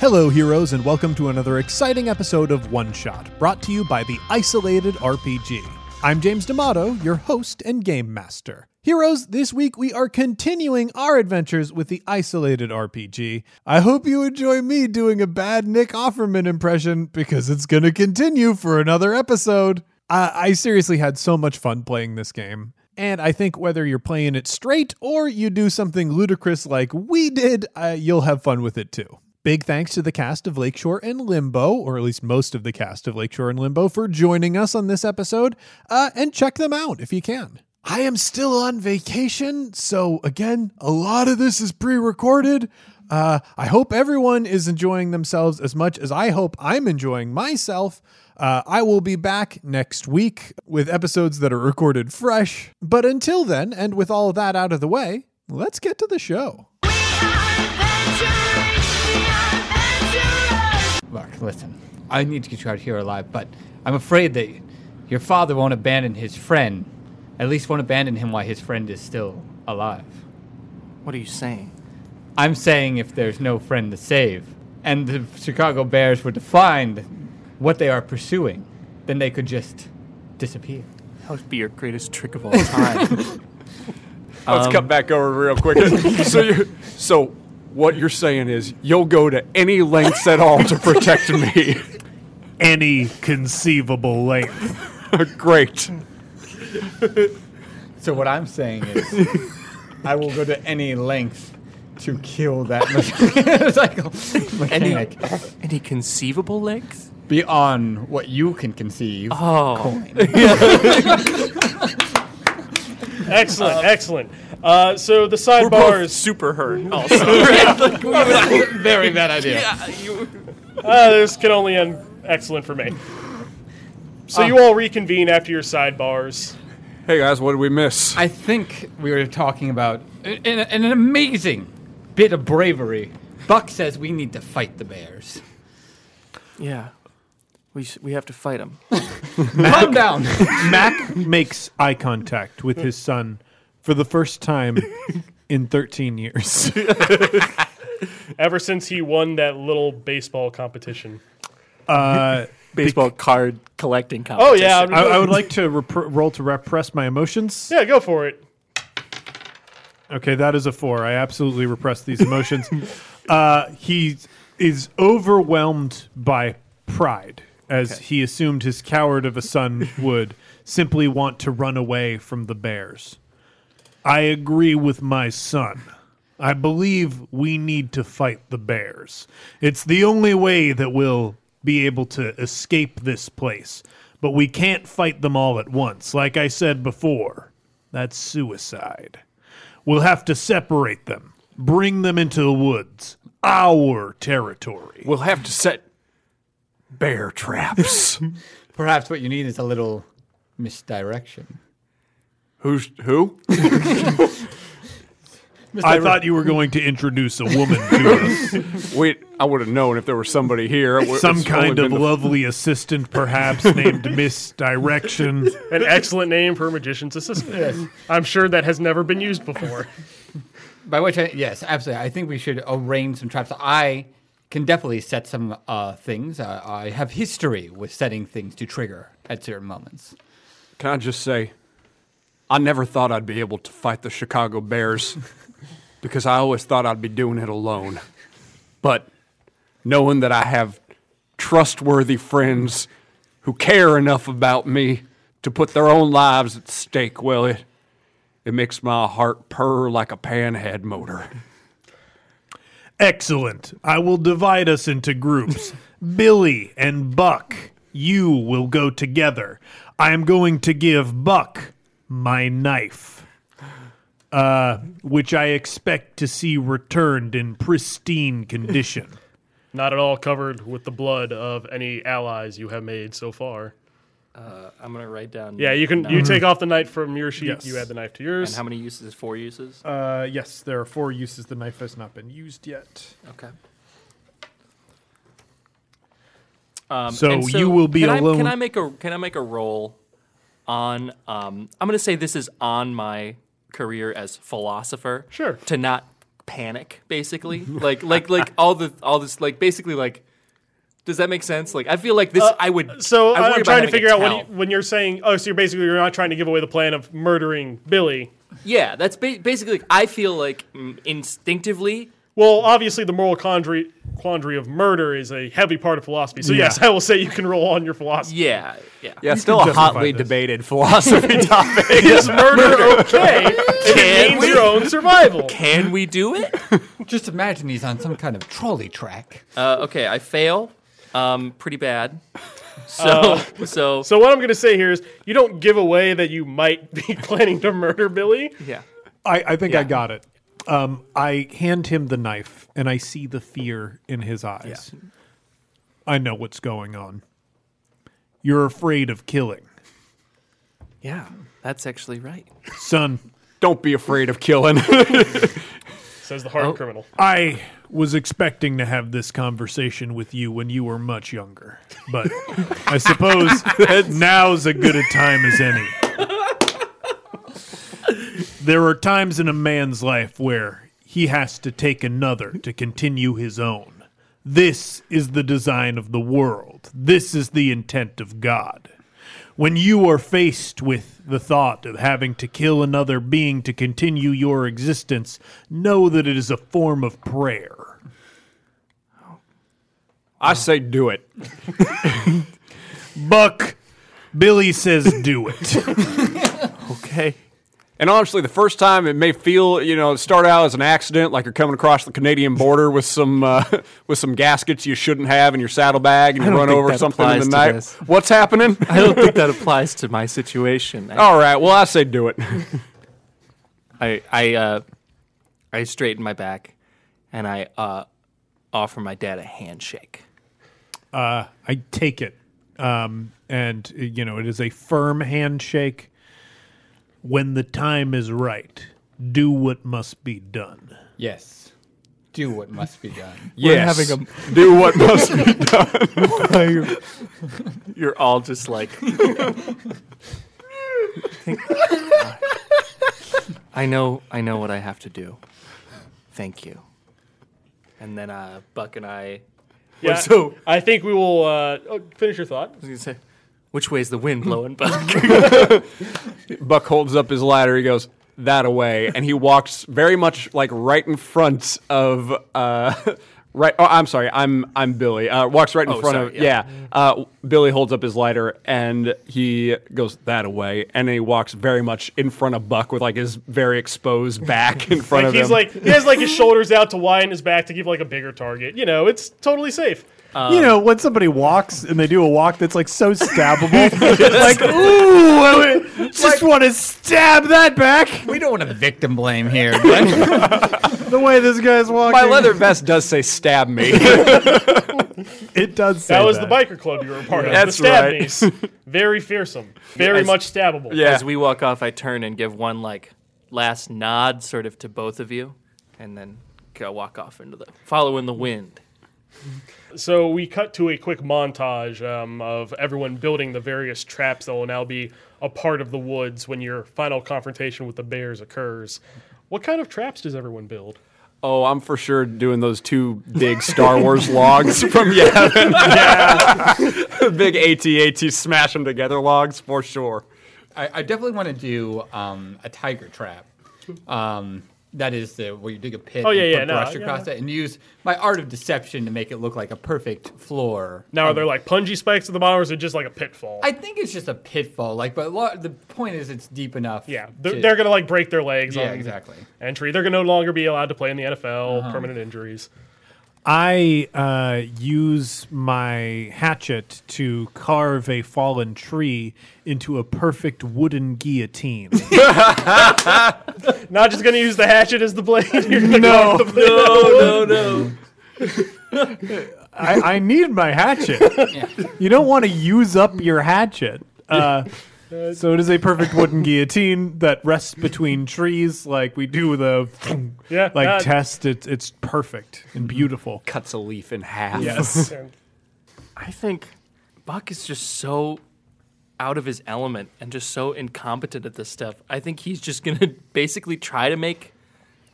Hello, heroes, and welcome to another exciting episode of One Shot, brought to you by the Isolated RPG. I'm James D'Amato, your host and game master. Heroes, this week we are continuing our adventures with the Isolated RPG. I hope you enjoy me doing a bad Nick Offerman impression because it's going to continue for another episode. I-, I seriously had so much fun playing this game. And I think whether you're playing it straight or you do something ludicrous like we did, uh, you'll have fun with it too. Big thanks to the cast of Lakeshore and Limbo, or at least most of the cast of Lakeshore and Limbo, for joining us on this episode. Uh, and check them out if you can. I am still on vacation, so again, a lot of this is pre recorded. Uh, I hope everyone is enjoying themselves as much as I hope I'm enjoying myself. Uh, I will be back next week with episodes that are recorded fresh. But until then, and with all of that out of the way, let's get to the show. Look, listen, I need to get you out here alive, but I'm afraid that your father won't abandon his friend. At least won't abandon him while his friend is still alive. What are you saying? I'm saying if there's no friend to save, and the Chicago Bears were to find what they are pursuing, then they could just disappear. That would be your greatest trick of all time. Let's cut Um, back over real quick. so, you so what you're saying is you'll go to any lengths at all to protect me. any conceivable length. Great. So what I'm saying is, I will go to any length to kill that motorcycle mechanic Any conceivable length? beyond what you can conceive. Oh, Excellent, excellent. Uh, so the we're both sidebars. super hurt. Also, Very bad idea. Uh, this can only end excellent for me. So you all reconvene after your sidebars. Hey guys, what did we miss? I think we were talking about in, in an amazing bit of bravery. Buck says we need to fight the bears. yeah, we sh- we have to fight him. Calm down. Mac makes eye contact with his son for the first time in 13 years. Ever since he won that little baseball competition. Baseball card collecting Oh competition. yeah, I, I would like to rep- roll to repress my emotions. yeah, go for it. Okay, that is a four. I absolutely repress these emotions. uh, he is overwhelmed by pride, as he assumed his coward of a son would simply want to run away from the bears. I agree with my son. I believe we need to fight the bears. It's the only way that we'll be able to escape this place. But we can't fight them all at once. Like I said before, that's suicide. We'll have to separate them, bring them into the woods, our territory. we'll have to set bear traps. Perhaps what you need is a little misdirection. Who's who? I thought you were going to introduce a woman to us, Wait, I would have known if there was somebody here. It w- some it's only kind of been the- lovely assistant, perhaps named Misdirection. An excellent name for a magician's assistant. I'm sure that has never been used before. By which I yes, absolutely. I think we should arrange some traps. I can definitely set some uh, things. Uh, I have history with setting things to trigger at certain moments. Can I just say, I never thought I'd be able to fight the Chicago Bears because I always thought I'd be doing it alone. But knowing that I have trustworthy friends who care enough about me to put their own lives at stake, well, it, it makes my heart purr like a panhead motor. Excellent. I will divide us into groups. Billy and Buck, you will go together. I am going to give Buck my knife, uh, which I expect to see returned in pristine condition. Not at all covered with the blood of any allies you have made so far. I'm gonna write down. Yeah, you can you take off the knife from your sheet. Yes. You add the knife to yours. And how many uses? Four uses. Uh, yes, there are four uses. The knife has not been used yet. okay. Um, So and you will be can I, alone- Can I make a Can I make a roll on? Um, I'm gonna say this is on my career as philosopher. Sure. To not panic, basically. like like like all the all this like basically like. Does that make sense? Like I feel like this. I would. Uh, So I worry I'm about trying having to a figure out tell. when, you, when you're saying, oh, so you're basically you're not trying to give away the plan of murdering Billy. Yeah, that's ba- basically. I feel like mm, instinctively. Well, obviously the moral quandary, quandary of murder is a heavy part of philosophy. So yes, I will say you can roll on your philosophy. Yeah, yeah. Yeah, it's still a hotly debated philosophy topic. Is murder okay? if it means your own survival. Can we do it? Just imagine he's on some kind of trolley track. Uh, okay, I fail. Um, pretty bad. So so Uh, So what I'm going to say here is you don't give away that you might be planning to murder Billy. yeah. I, I think I got it. Um, I hand him the knife, and I see the fear in his eyes. I know what's going on. You're afraid of killing, Yeah, that's actually right. son. Don't be afraid of killing. Says Oh. the hardened criminal. I was expecting to have this conversation with you when you were much younger, but I suppose now's as good a time as any. There are times in a man's life where he has to take another to continue his own. This is the design of the world. This is the intent of God. When you are faced with the thought of having to kill another being to continue your existence, know that it is a form of prayer. I say do it. Buck, Billy says do it. Okay. And honestly, the first time it may feel, you know, start out as an accident, like you're coming across the Canadian border with some uh, with some gaskets you shouldn't have in your saddlebag, and you don't run think over that something in applies the to night. this. What's happening? I don't think that applies to my situation. I, All right, well, I say do it. I I uh, I straighten my back, and I uh, offer my dad a handshake. I take it. Um, and, uh, you know, it is a firm handshake. When the time is right, do what must be done. Yes. Do what must be done. yes, having do what must be. You're all just like. I know. I know what I have to do. Thank you. And then uh, Buck and I. Yeah, so- I think we will uh, oh, finish your thought. I was gonna say, which way's the wind blowing, Buck? Buck holds up his ladder. He goes that away, and he walks very much like right in front of. Uh, Right. Oh, I'm sorry. I'm I'm Billy. Uh, walks right in Oh, front sorry, of. yeah. Yeah. Uh, Billy holds up his lighter and he goes that away, and then he walks very much in front of Buck with like his very exposed back in front Like of he's him. like he has like his shoulders out to widen his back to give like a bigger target. You know, it's totally safe. you know, when somebody walks and they do a walk that's like so stabbable, like, ooh, I would- just want to stab that back. We don't want to victim blame here, but The way this guy's walking. my leather vest does say stab me. It does say That was that. the biker club you were a part of. That's the stab right. knees. Very fearsome. Very I s- much stabbable. Yeah. As we walk off, I turn and give one like last nod, sort of to both of you, and then go walk off into the following the wind. So we cut to a quick montage um, of everyone building the various traps that will now be a part of the woods when your final confrontation with the bears occurs. What kind of traps does everyone build? oh, I'm for sure doing those two big Star Wars logs from Yavin. Yeah. big AT-AT smash them together logs for sure. I, I definitely want to do um, a tiger trap. Um, that is the where you dig a pit Oh, yeah, and yeah, put no, brush yeah. across it and use my art of deception to make it look like a perfect floor. Now, are there like punji spikes at the bottom, or is it just like a pitfall? I think it's just a pitfall, like but lo- the point is it's deep enough. yeah, to- they're, they're gonna like break their legs. Yeah, on exactly. Entry. They're gonna no longer be allowed to play in the NFL. Permanent injuries. I uh, use my hatchet to carve a fallen tree into a perfect wooden guillotine. Not just gonna use the hatchet as the blade. You're gonna no, go off the Oh no! I, I need my hatchet. Yeah. You don't want to use up your hatchet. Uh, so it is a perfect wooden guillotine that rests between trees, like we do with a Yeah, like uh, test. It's it's perfect and beautiful. Cuts a leaf in half. Yes. I think Buck is just so out of his element and just so incompetent at this stuff. I think he's just gonna basically try to make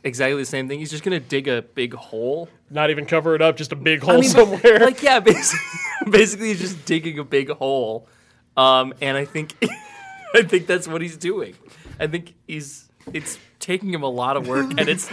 exactly the same thing. He's just gonna dig a big hole. Not even cover it up, just a big hole I mean, but, somewhere. Like yeah, basically, basically he's just digging a big hole. Um, and I think I think that's what he's doing. I think he's it's taking him a lot of work and it's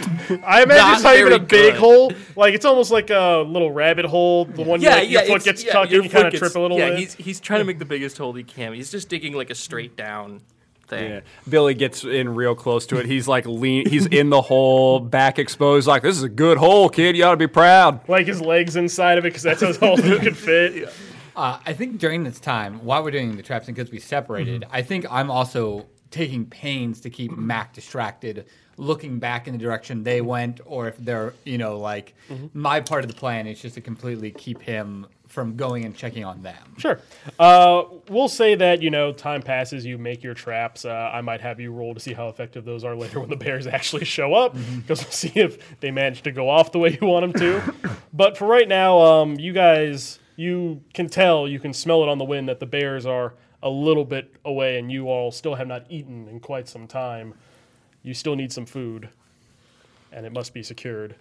I imagine it's not not even a very big good. hole. Like it's almost like a little rabbit hole. The one yeah, you, yeah, like, your foot it's- gets yeah, tucked your in, you kind foot of gets- trip a little Yeah, bit. he's he's trying to make the biggest hole he can. He's just digging like a straight down thing. Yeah. Billy gets in real close to it. He's like lean. He's in the hole, back exposed. Like this is a good hole, kid. You ought to be proud. like his legs inside of it because that's as all he could fit. Uh, I think during this time, while we're doing the traps and because we separated, Mm-hmm. I think I'm also taking pains to keep Mac distracted, looking back in the direction Mm-hmm. they went, or if they're, you know, like my part of the plan is just to completely keep him from going and checking on them. Sure. Uh, we'll say that you know time passes. You make your traps. Uh, I might have you roll to see how effective those are later when the bears actually show up, Mm-hmm. because we'll see if they manage to go off the way you want them to. but for right now, um, you guys, you can tell, you can smell it on the wind that the bears are a little bit away, and you all still have not eaten in quite some time. You still need some food, and it must be secured.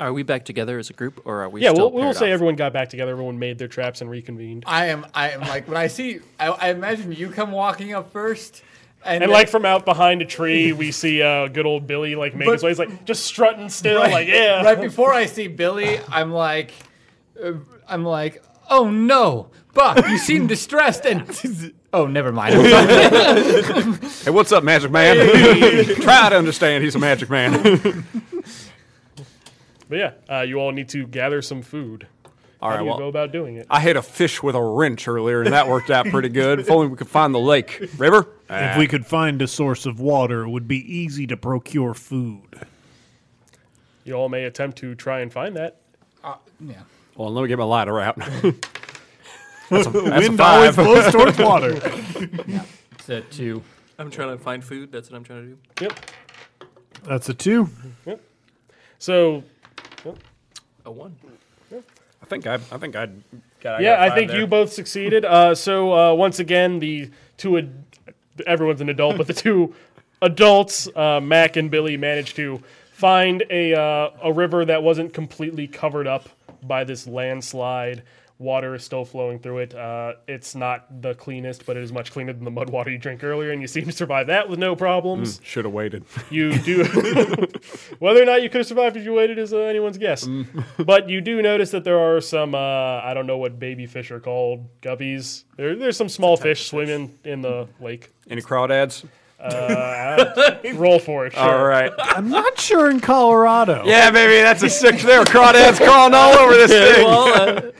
Are we back together as a group or are we Yeah, still we'll, we'll paired say off? everyone got back together. Everyone made their traps and reconvened. I am, I am like, when I see, I, I imagine you come walking up first. And, then- And like from out behind a tree, we see uh, good old Billy like make But- his way. He's like just strutting still, like yeah. Right before I see Billy, I'm like, uh, I'm like, oh no, Buck, you seem distressed, and oh, never mind. Hey, what's up, Magic Man? Try to understand. He's a Magic Man. But yeah, uh, you all need to gather some food. All How right. do you go Well, about doing it? I hit a fish with a wrench earlier, and that worked out pretty good. If only we could find the lake, river. If we could find a source of water, it would be easy to procure food. You all may attempt to try and find that. Uh, yeah. Well, let me get my lighter out. that's a, that's a Wind five. always blows towards water. It's a two. I'm trying to find food, that's what I'm trying to do. Yep. That's a two. So A one. I think I, I think I'd. God, yeah, got I five think there. you both succeeded. Uh, so uh, once again, the two ad- everyone's an adult, but the two adults, uh, Mac and Billy, managed to find a uh, a river that wasn't completely covered up by this landslide. Water is still flowing through it. Uh, it's not the cleanest, but it is much cleaner than the mud water you drank earlier, and you seem to survive that with no problems. should have waited. You do. Whether or not you could have survived if you waited is uh, anyone's guess. Mm. but you do notice that there are some, uh, I don't know what baby fish are called, guppies. There, there's some small fish swimming in the lake. Any crawdads? Roll for it. Sure. All right. I'm not sure in Colorado. Yeah, baby, that's a six. There are crawdads crawling all over this thing.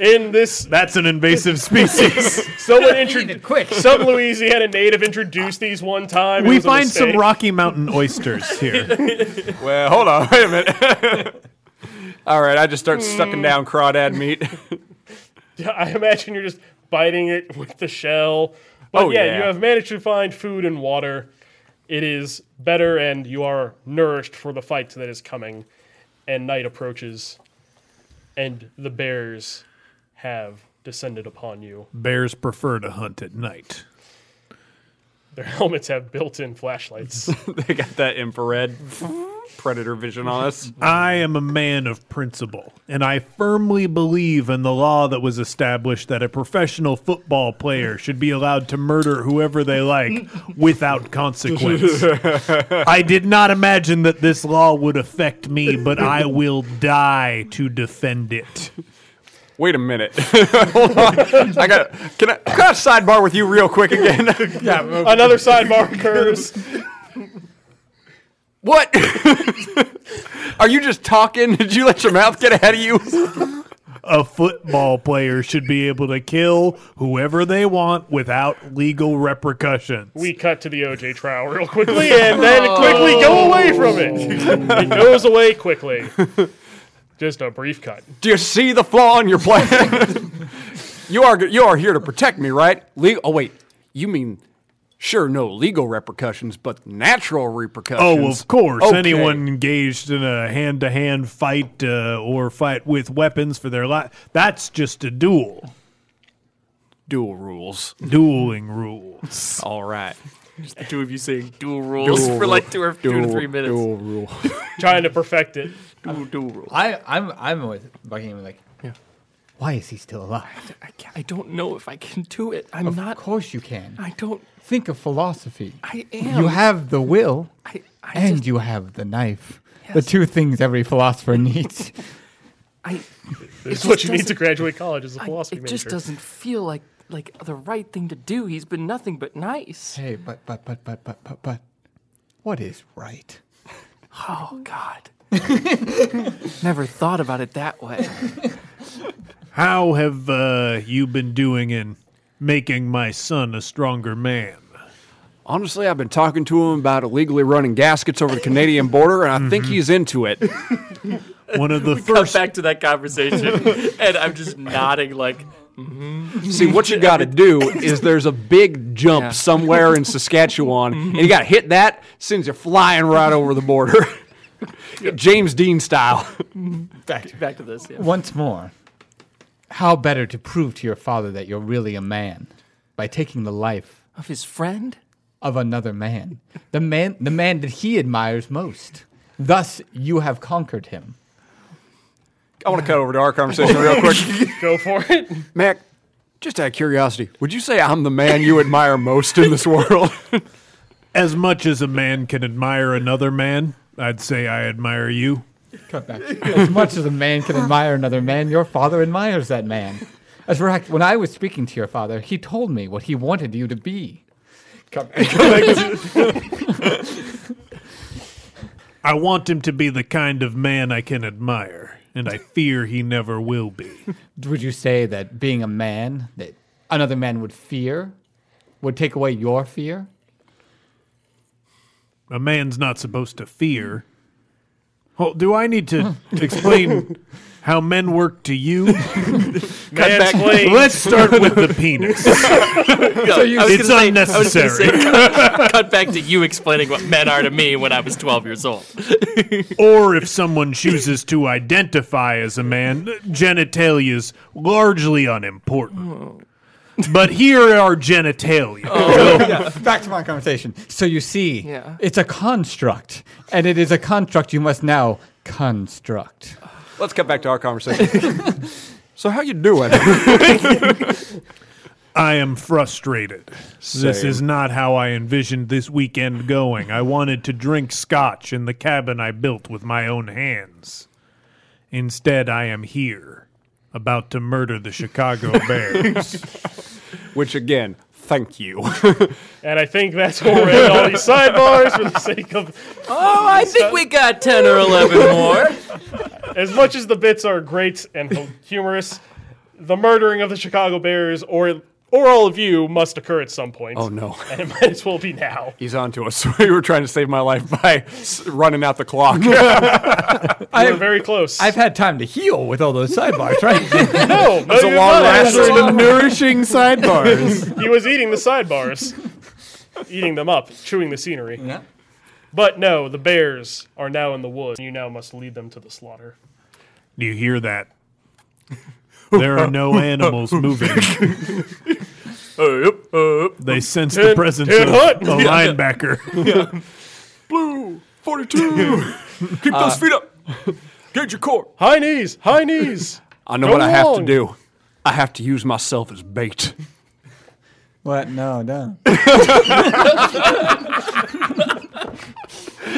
In this, That's an invasive species. someone Eat it introduced. quick. Some Louisiana native introduced these one time. It we was a find some mistake. Rocky Mountain oysters here. Well, hold on, wait a minute. Mm. All right, I just start sucking down crawdad meat. I imagine you're just biting it with the shell. But Oh, yeah, yeah. you have managed to find food and water. It is better, and you are nourished for the fight that is coming. And night approaches, and the bears have descended upon you. Bears prefer to hunt at night. Their helmets have built in flashlights. they got that infrared predator vision on us. I am a man of principle, and I firmly believe in the law that was established that a professional football player should be allowed to murder whoever they like without consequence. I did not imagine that this law would affect me, but I will die to defend it. Wait a minute. hold on. I got. Can I, can I sidebar with you real quick again? Another sidebar occurs. what? Are you just talking? Did you let your mouth get ahead of you? A football player should be able to kill whoever they want without legal repercussions. We cut to the OJ trial real quickly, and then Oh. quickly go away from it. it goes away quickly. Just a brief cut. Do you see the flaw in your plan? you are you are here to protect me, right? Legal. Oh wait, you mean sure no legal repercussions, but natural repercussions. Oh, of course. Okay. Anyone engaged in a hand to hand fight uh, or fight with weapons for their life, that's just a duel. Oh. Dual rules. Dueling rules. All right. Just the two of you saying dual rules for like two or two to three minutes. Dual, Dual rule. trying to perfect it. dual, rules. I, I, I'm I'm with Buckingham. Like, why is he still alive? I, can't- I don't know if I can do it. I'm not. of course you can. I don't. Think of philosophy. I am. You have the will, I, I and just- you have the knife. The Yes. two things every philosopher needs. I, It's just what you need to doesn't- graduate college as a I- philosophy it just major. doesn't feel like like the right thing to do. He's been nothing but nice. hey, but but but but but but but, what is right? Oh God. Never thought about it that way. How have uh, you been doing in making my son a stronger man? Honestly, I've been talking to him about illegally running gaskets over the Canadian border, and I Mm-hmm. think he's into it. One of the Come first. back to that conversation, and I'm just nodding like See, what you got to do is there's a big jump Yeah. somewhere in Saskatchewan, and you got to hit that, sends you flying right over the border. James Dean style. back to this. Yeah. Once more, how better to prove to your father that you're really a man by taking the life Of his friend. of another man, the man, the man that he admires most. Thus, you have conquered him. I want to cut over to our conversation real quick. Go for it. Mac, just out of curiosity, would you say I'm the man you admire most in this world? As much as a man can admire another man, I'd say I admire you. Cut back. As much as a man can admire another man, your father admires that man. As for fact, when I was speaking to your father, he told me what he wanted you to be. Cut back. I want him to be the kind of man I can admire, and I fear he never will be. Would you say that being a man that another man would fear would take away your fear? A man's not supposed to fear. Oh, do I need to explain how men work to you? Mansplain. Let's start with the penis. So you, it's unnecessary. cut back to you explaining what men are to me when I was 12 years old. or if someone chooses to identify as a man, genitalia's largely unimportant. But here are genitalia. Back to my conversation. So you see, Yeah. it's a construct, and it is a construct you must now construct. Let's cut back to our conversation. so how you doing? I am frustrated. This Same. is not how I envisioned this weekend going. I wanted to drink scotch in the cabin I built with my own hands. Instead, I am here, about to murder the Chicago Bears. Which again, thank you. And I think that's where we're at all these sidebars for the sake of Oh, I think we got 10 or 11 more. as much as the bits are great and hu- humorous, the murdering of the Chicago Bears or or all of you must occur at some point. oh no. And it might as well be now. He's onto us. you were trying to save my life by s- running out the clock. I am very close. I've had time to heal with all those sidebars, right? no, no, It's a you're long not. lasting and nourishing sidebars. He was eating the sidebars, eating them up, chewing the scenery. Yeah. But no, the bears are now in the woods. You now must lead them to the slaughter. Do you hear that? There are no animals moving. They sense the presence of Ted a Hunt. linebacker. Blue 42. Keep those feet up. Get your core. High knees, high knees. I know Go what I have to along. do. I have to use myself as bait. What? No, no.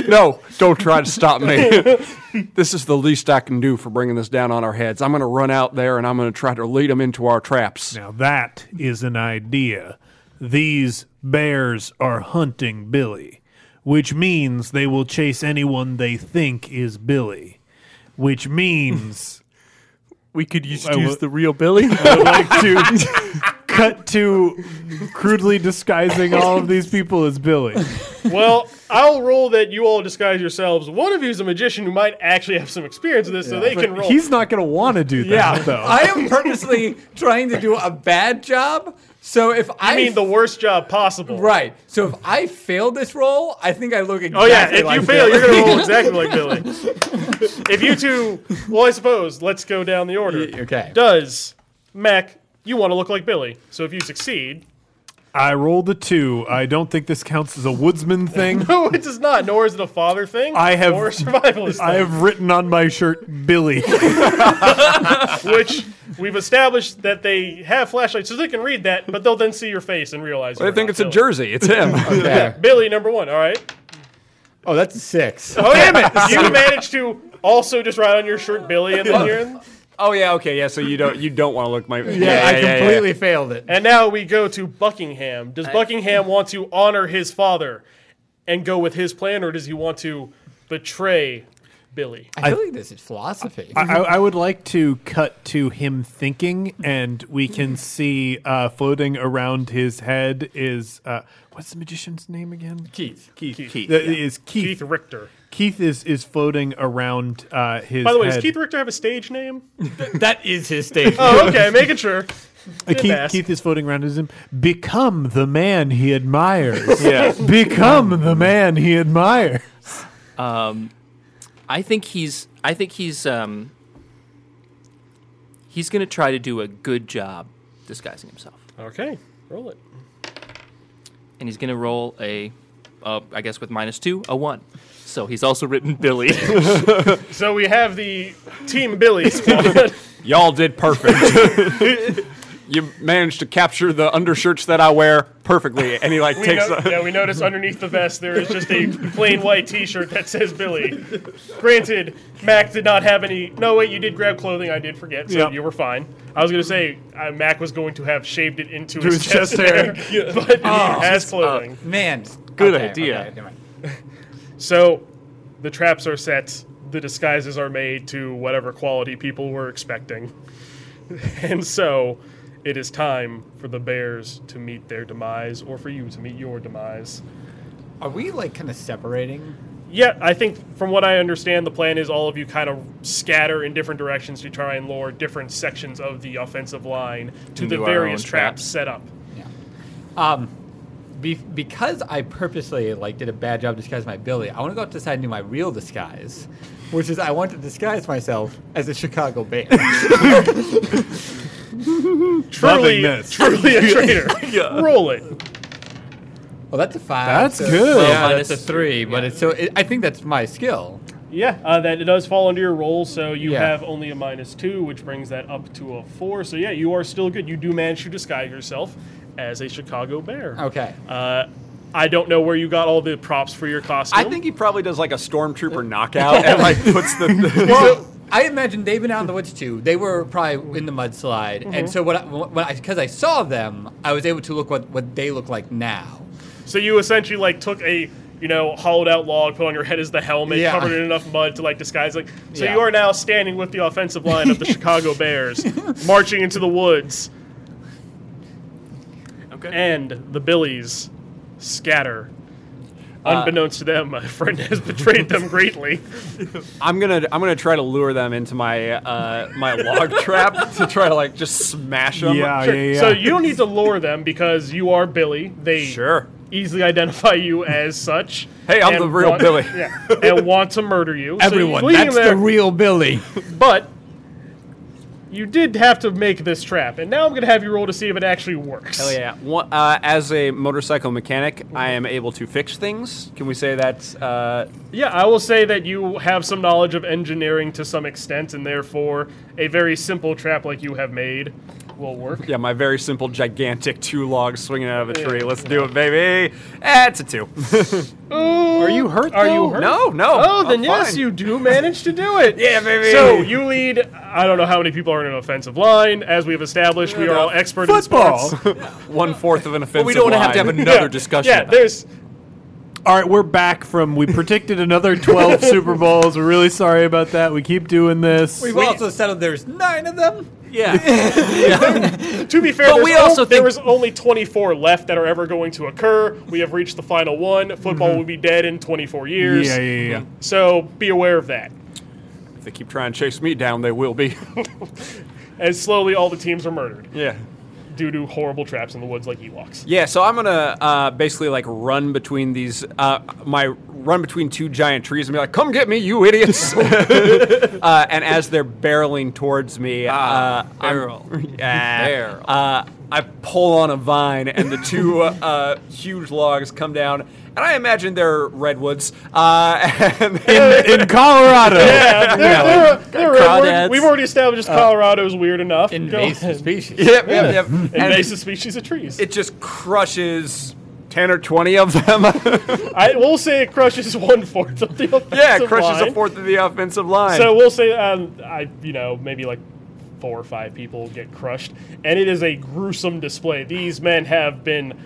No, don't try to stop me. this is the least I can do for bringing this down on our heads. I'm going to run out there and I'm going to try to lead them into our traps. Now that is an idea. These bears are hunting Billy, which means they will chase anyone they think is Billy, which means We could use, will- the real Billy. I would like to cut to crudely disguising all of these people as Billy. Well, I'll roll that you all disguise yourselves. One of you is a magician who might actually have some experience in this, so they can roll. He's not going to want to do that, Yeah, though. I am purposely trying to do a bad job. So if I, I mean, the worst job possible. right. So if I fail this role, I think I look exactly. Oh yeah, if like you fail, Bill. you're gonna roll exactly like Billy. if you two, well, I suppose let's go down the order. Y- okay. Does Mac, you want to look like Billy? So if you succeed, I rolled a two. I don't think this counts as a woodsman thing. No, it does not. Nor is it a father thing. I have- or a survivalist. I have written on my shirt Billy. thing, which we've established that they have flashlights, so they can read that, but they'll then see your face and realize. I you're think not it's a Billy. jersey. It's him. There. Billy number one. All right. Oh, that's a six. Oh damn it! You managed to also just write on your shirt Billy, and then you're in. oh yeah, okay, yeah. So you don't you don't want to look my yeah, I completely failed it. And now we go to Buckingham. Does Buckingham want to honor his father and go with his plan, or does he want to betray Billy? I feel like this is philosophy. I, I would like to cut to him thinking, and we can see uh, floating around his head is uh, what's the magician's name again? Keith. Keith. Keith, Keith, is Keith. Keith Keith. Richter. is is floating around uh, his. By the way, does head. Keith Richter have a stage name? That is his stage. Oh, okay, making sure. Uh, Keith, ask. Keith is floating around as him. Become the man he admires. Yeah. Become the man he admires. I think he's. I think he's. Um, he's going to try to do a good job disguising himself, Okay, roll it. and he's going to roll a, uh, I guess with minus two, a one. So he's also written Billy. So we have the Team Billy squad. Y'all did perfect. you managed to capture the undershirts that I wear perfectly, and he like we takes. no- a, yeah, we notice underneath the vest there is just a plain white T-shirt that says Billy. Granted, Mac did not have any. No, wait, you did grab clothing. I did forget, so Yep. you were fine. I was gonna say uh, Mac was going to have shaved it into his, his chest, chest hair, but he has clothing. Man, Good okay, idea. okay, never mind. So, the traps are set. The disguises are made to whatever quality people were expecting, and so it is time for the bears to meet their demise, or for you to meet your demise. Are we like kind of separating? Yeah, I think from what I understand, the plan is all of you kind of scatter in different directions to try and lure different sections of the offensive line to Into the our various own traps traps. set up. Um, be- because I purposely like did a bad job disguising my Billy. I want to go up to the side and do my real disguise, which is I want to disguise myself as a Chicago Bear. Truly, this. truly a traitor. Roll it. well, that's a five. That's so- good. Yeah, Well, that's a minus- three, but it's so. It, I think that's my skill. Yeah, uh, that it does fall under your roll, so you Yeah. have only a minus two, which brings that up to a four. So yeah, you are still good. You do manage to disguise yourself as a Chicago Bear. Okay. Uh, I don't know where you got all the props for your costume. I think he probably does like a stormtrooper knockout and like puts the. Well, I imagine they've been out in the woods too. They were probably in the mudslide, and so what? I, when I because I saw them, I was able to look what what they look like now. so. You essentially like took a you know hollowed out log, put on your head as the helmet, Yeah. covered in enough mud to like disguise. Like so, Yeah. you are now standing with the offensive line of the Chicago Bears, marching into the woods, okay. and the Billies scatter. Unbeknownst to them, a friend has betrayed them greatly. I'm gonna I'm gonna try to lure them into my uh, my log trap to try to like just smash them. Oh, yeah, Sure. yeah, yeah. So you don't need to lure them because you are Billy. They Sure. easily identify you as such. Hey, I'm and the real want- Billy. Yeah, and want to murder you. Everyone, so you lead that's them there, the real Billy. But you did have to make this trap, and now I'm going to have you roll to see if it actually works. Hell yeah. One, uh, as a motorcycle mechanic, I am able to fix things. Can we say that's uh, Yeah, I will say that you have some knowledge of engineering to some extent, and therefore a very simple trap like you have made will work. yeah my very simple gigantic two logs swinging out of a tree? Let's do it, baby. That's a two. are you hurt? Are you though? hurt? No, no. Oh, then I'm yes, fine. you do manage to do it. Yeah, baby. So you lead. I don't know how many people are in an offensive line. As we have established, we are all expert Football. in sports. one fourth of an offensive. But we don't have to have line. another Yeah, discussion. Yeah, about it. there's. All right, we're back from. We predicted another twelve Super Bowls. We're really sorry about that. We keep doing this. We've also settled there's nine of them. yeah. To be fair, But there's we also on- there think- was only 24 left that are ever going to occur. We have reached the final one. Football will be dead in 24 years. Mm-hmm. yeah, yeah, yeah. So be aware of that. If they keep trying to chase me down, they will be. As slowly, all the teams are murdered yeah. due to horrible traps in the woods like Ewoks. Yeah, so I'm gonna uh, basically like run between these, uh, my run between two giant trees and be like, "Come get me, you idiots!" uh, and as they're barreling towards me, uh, Ah, I'm- barrel. yeah, Barrel. Uh, I pull on a vine, and the two uh, huge logs come down. And I imagine they're redwoods. Uh, and in, in Colorado. Yeah, they're, they're, they're, crawdads. we've already established Colorado's weird enough. Go Invasive ahead. species. Yep, yep, yep. And Invasive species of trees. it just crushes 10 or 20 of them. I will say it crushes one fourth of the offensive yeah, it crushes line. a fourth of the offensive line. So we'll say um, I, you know, maybe like four or five people get crushed, and it is a gruesome display. These men have been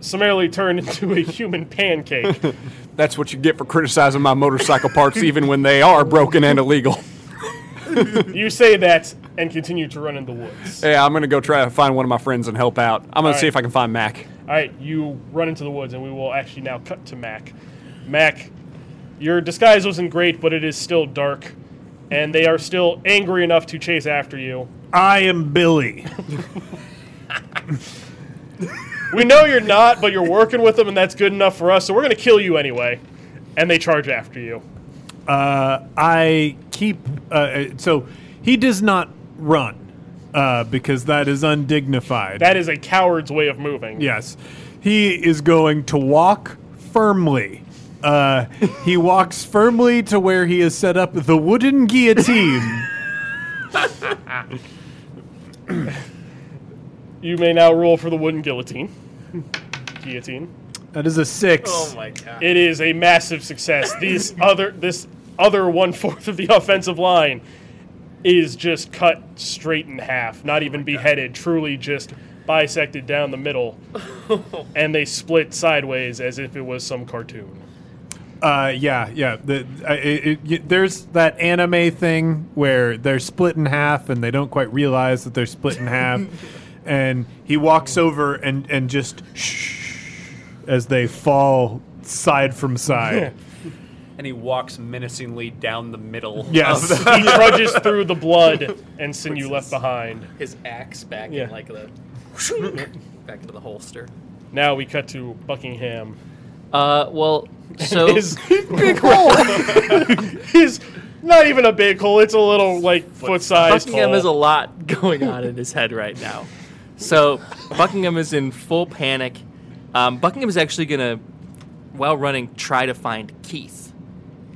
summarily turned into a human pancake. That's what you get for criticizing my motorcycle parts, even when they are broken and illegal. you say that and continue to run in the woods. Yeah, I'm gonna go try to find one of my friends and help out. I'm gonna Alright. see if I can find Mac. All right, you run into the woods, and we will actually now cut to Mac. Mac, your disguise wasn't great, but it is still dark, and they are still angry enough to chase after you. I am Billy. We know you're not, but you're working with them, and that's good enough for us. So we're gonna kill you anyway. And they charge after you. Uh, I keep uh, so he does not run uh, because that is undignified. That is a coward's way of moving. yes, he is going to walk firmly. Uh, he walks firmly to where he has set up the wooden guillotine. You may now roll for the wooden guillotine. guillotine. that is a six. my god. It is a massive success. These other this other one fourth of the offensive line is just cut straight in half, not even beheaded, truly just bisected down the middle. and they split sideways as if it was some cartoon. Uh, yeah, yeah. The, I it, it, y- there's that anime thing where they're split in half and they don't quite realize that they're split in half. and he walks over and, and just shh as they fall side from side. And he walks menacingly down the middle. yes. He trudges through the blood and sinew left behind. His axe back Yeah. in like the back into the holster. Now we cut to Buckingham. Uh, well, so His big hole. his not even a big hole. It's a little like foot size. Buckingham has a lot going on in his head right now. So Buckingham is in full panic. Um, Buckingham is actually gonna, while running, try to find Keith.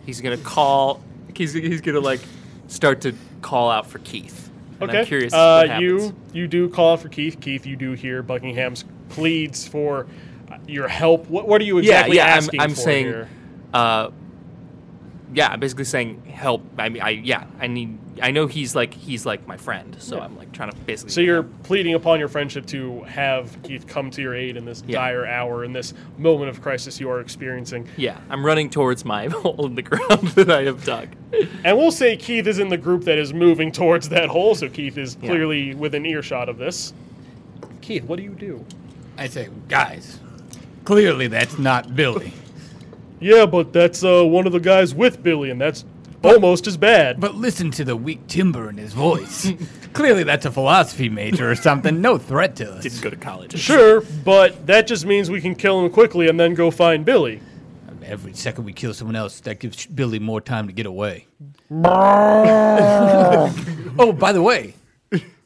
He's gonna call. He's he's gonna like start to call out for Keith. And Okay. I'm curious. what uh, happens. you you do call for Keith. Keith, you do hear Buckingham's pleads for uh, your help. What what are you Yeah, exactly yeah. I'm, asking I'm for saying. here? Uh, yeah, I'm basically saying help. I mean, I yeah, I need. I know he's like he's like my friend, so I'm like trying to basically. So you're pleading upon your friendship to have Keith come to your aid in this Yeah. dire hour, in this moment of crisis you are experiencing. Yeah, I'm running towards my hole in the ground that I have dug. And we'll say Keith is in the group that is moving towards that hole, so Keith is clearly within earshot of this. Keith, what do you do? I say, guys, clearly that's not Billy. Yeah, but that's uh, one of the guys with Billy, and that's almost as bad. But listen to the weak timbre in his voice. clearly that's a philosophy major or something. No threat to us. Didn't go to college. sure, but that just means we can kill him quickly and then go find Billy. Every second we kill someone else, that gives Billy more time to get away. oh, by the way,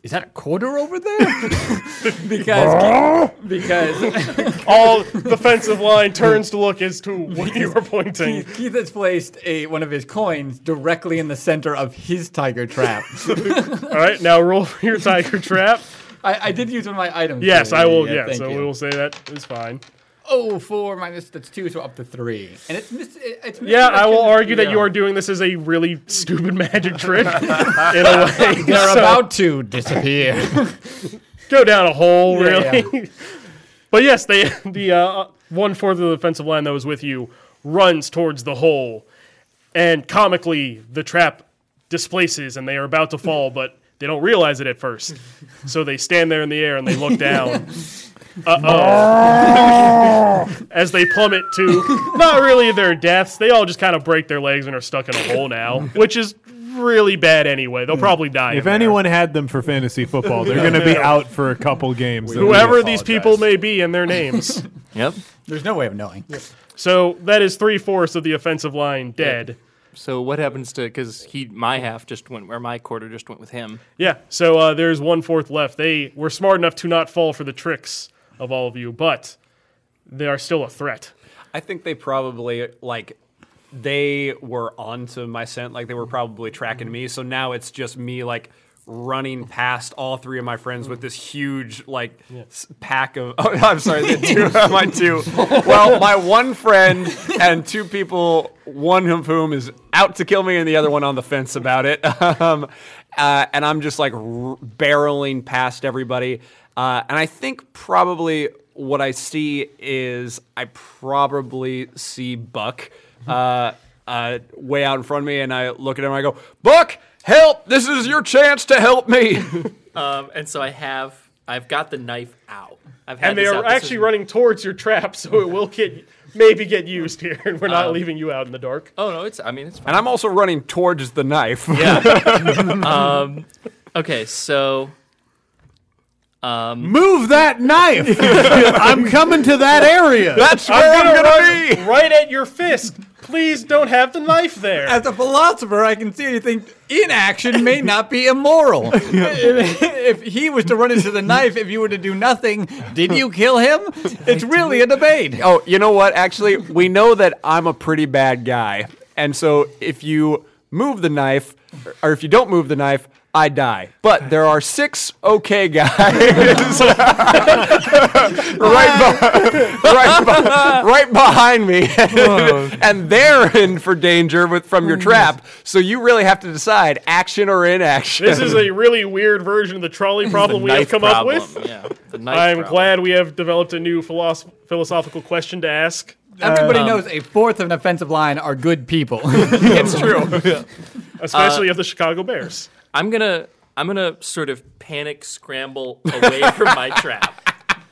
is that a quarter over there? because because All defensive line turns to look as to what you are pointing. Keith, Keith has placed a one of his coins directly in the center of his tiger trap. All right, now roll for your tiger trap. I, I did use one of my items. Yes, though. I will. Yeah, thank so you. we will say that is fine. Oh, four minus that's two, so up to three. And it's mis- it's Yeah, I will misdirection- argue that you Yeah. are doing this as a really stupid magic trick in a way. They're so- about to disappear. go down a hole, Yeah, really. but yes, they the uh, one fourth of the defensive line that was with you runs towards the hole, and comically the trap displaces, and they are about to fall, but they don't realize it at first. So they stand there in the air and they look down. Uh oh. As they plummet to not really their deaths, they all just kind of break their legs and are stuck in a hole now, which is really bad anyway. They'll probably die. if in there. anyone had them for fantasy football, they're going to be out for a couple games. whoever these people may be and their names. Yep. There's no way of knowing. so that is three fourths of the offensive line dead. So what happens to because he my half just went where my quarter just went with him. Yeah. So uh, there's one fourth left. They were smart enough to not fall for the tricks of all of you, but they are still a threat. I think they probably like they were onto my scent, like they were probably tracking me. So now it's just me like running past all three of my friends with this huge like s- pack of. Oh, I'm sorry, the two my two. Well, my one friend and two people, one of whom is out to kill me, and the other one on the fence about it. Um, uh, and I'm just like r- barreling past everybody. Uh, and I think probably what I see is I probably see Buck uh, uh, way out in front of me, and I look at him and I go, Buck, help! This is your chance to help me. Um, and so I have I've got the knife out. I've had And they this are out. This actually is- running towards your trap, so it will get maybe get used here, and we're not Um, leaving you out in the dark. Oh no, it's I mean it's fine. and I'm also running towards the knife. Okay, so Move that knife! I'm coming to that area. That's where I'm gonna, be. Right at your fist. Please don't have the knife there. As a philosopher, I can see anything. Inaction may not be immoral. if he was to run into the knife, if you were to do nothing, did you kill him? It's really a debate. Oh, you know what? Actually, we know that I'm a pretty bad guy, and so if you move the knife, or if you don't move the knife, I die. But there are six okay guys right, be- right, be- right behind me, and they're in for danger with from your trap. So you really have to decide action or inaction. this is a really weird version of the trolley problem we have come up with. Yeah, the knife I'm problem. glad we have developed a new philosoph- philosophical question to ask. Everybody knows a fourth of an offensive line are good people. it's true. especially Uh, of the Chicago Bears. I'm gonna I'm gonna sort of panic scramble away from my trap.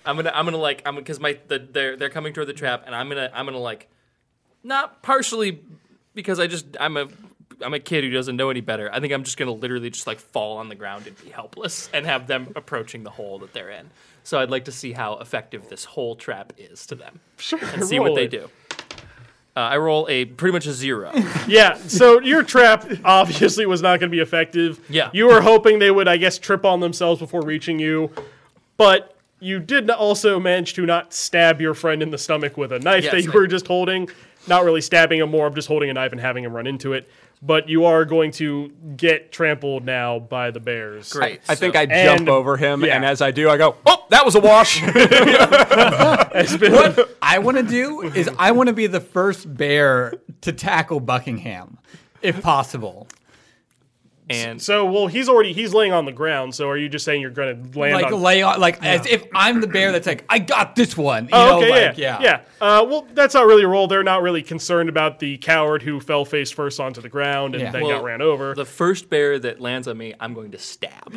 I'm gonna I'm gonna like I'm because my the, they're they're coming toward the trap and I'm gonna I'm gonna like not partially because I just I'm a I'm a kid who doesn't know any better. I think I'm just gonna literally just like fall on the ground and be helpless and have them approaching the hole that they're in. So I'd like to see how effective this whole trap is to them Sure. and see what roll they it. do. Uh, I roll a pretty much a zero. Yeah, so your trap obviously was not going to be effective. Yeah. You were hoping they would, I guess, trip on themselves before reaching you, but you did n- also manage to not stab your friend in the stomach with a knife Yes, that you I- were just holding. Not really stabbing him, more of just holding a knife and having him run into it. But you are going to get trampled now by the Bears. Great. I think I So- jump And- over him, yeah. and as I do, I go, "Oh, that was a wash." what I want to do is I want to be the first bear to tackle Buckingham, if possible. and So, well, he's already he's laying on the ground. So, are you just saying you're going to land Like on lay on, like as if I'm the bear that's like, I got this one. You know, Oh, okay, like, yeah, yeah. Uh, well, that's not really a role. They're not really concerned about the coward who fell face first onto the ground and Yeah. then Well, got ran over. The first bear that lands on me, I'm going to stab.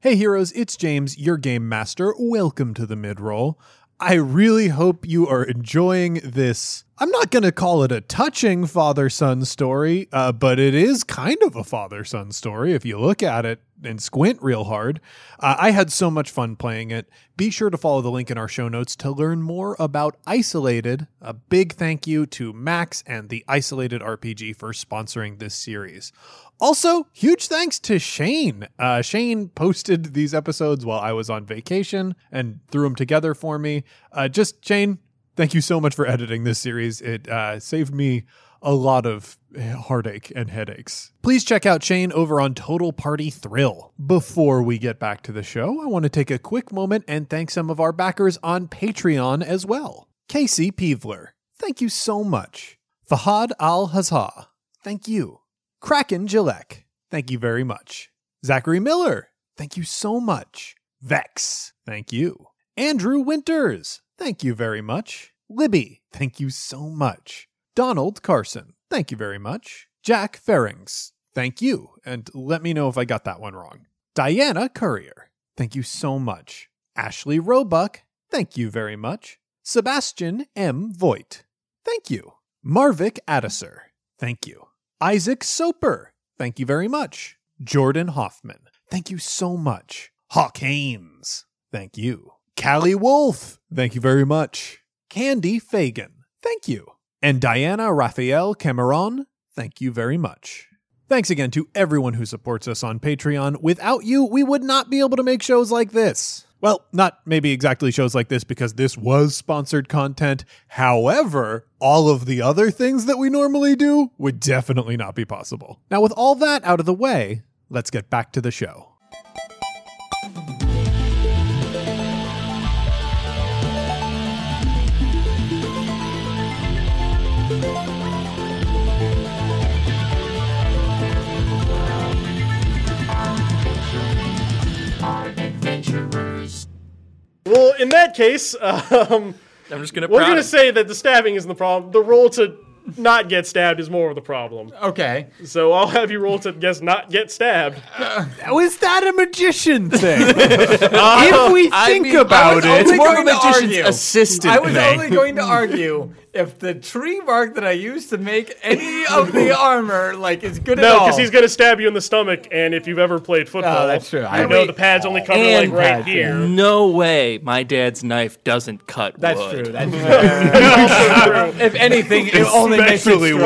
Hey heroes, it's James, your game master. Welcome to the midroll. I really hope you are enjoying this. I'm not going to call it a touching father son story, uh, but it is kind of a father son story if you look at it and squint real hard. Uh, I had so much fun playing it. Be sure to follow the link in our show notes to learn more about Isolated. A big thank you to Max and the Isolated RPG for sponsoring this series. Also, huge thanks to Shane. Uh, Shane posted these episodes while I was on vacation and threw them together for me. Uh, just Shane, thank you so much for editing this series. It uh, saved me a lot of heartache and headaches. Please check out Shane over on Total Party Thrill. Before we get back to the show, I want to take a quick moment and thank some of our backers on Patreon as well. Casey Peevler, thank you so much. Fahad Al Hazha, thank you. Kraken Gillek, thank you very much. Zachary Miller, thank you so much. Vex, thank you. Andrew Winters, thank you very much. Libby, thank you so much. Donald Carson, thank you very much. Jack Ferrings, thank you. And let me know if I got that one wrong. Diana Courier, thank you so much. Ashley Roebuck, thank you very much. Sebastian M. Voigt, thank you. Marvik Addisor, thank you. Isaac Soper, Thank you very much. Jordan Hoffman. Thank you so much. Hawk Haynes. Thank you. Callie Wolf. Thank you very much. Candy Fagan. Thank you. And Diana Raphael Cameron. Thank you very much. Thanks again to everyone who supports us on Patreon. Without you, we would not be able to make shows like this. Well, not maybe exactly shows like this because this was sponsored content. However, all of the other things that we normally do would definitely not be possible. Now, with all that out of the way, let's get back to the show. Well, in that case, um, I'm just gonna. we're proud going to him. say that the stabbing isn't the problem. The roll to not get stabbed is more of the problem. Okay. So I'll have you roll to guess not get stabbed. Oh, is that a magician thing? if we I think mean, I about was it, only going to argue. assistant I was thing. only going to argue if the tree bark that I used to make any of the armor like is good at No, all. because he's going to stab you in the stomach, and if you've ever played football, Oh, that's true. you I- know the pads only cover like And right pads, here. No way. My dad's knife doesn't cut That's wood. true. That's true. if anything, it only makes it Especially stronger.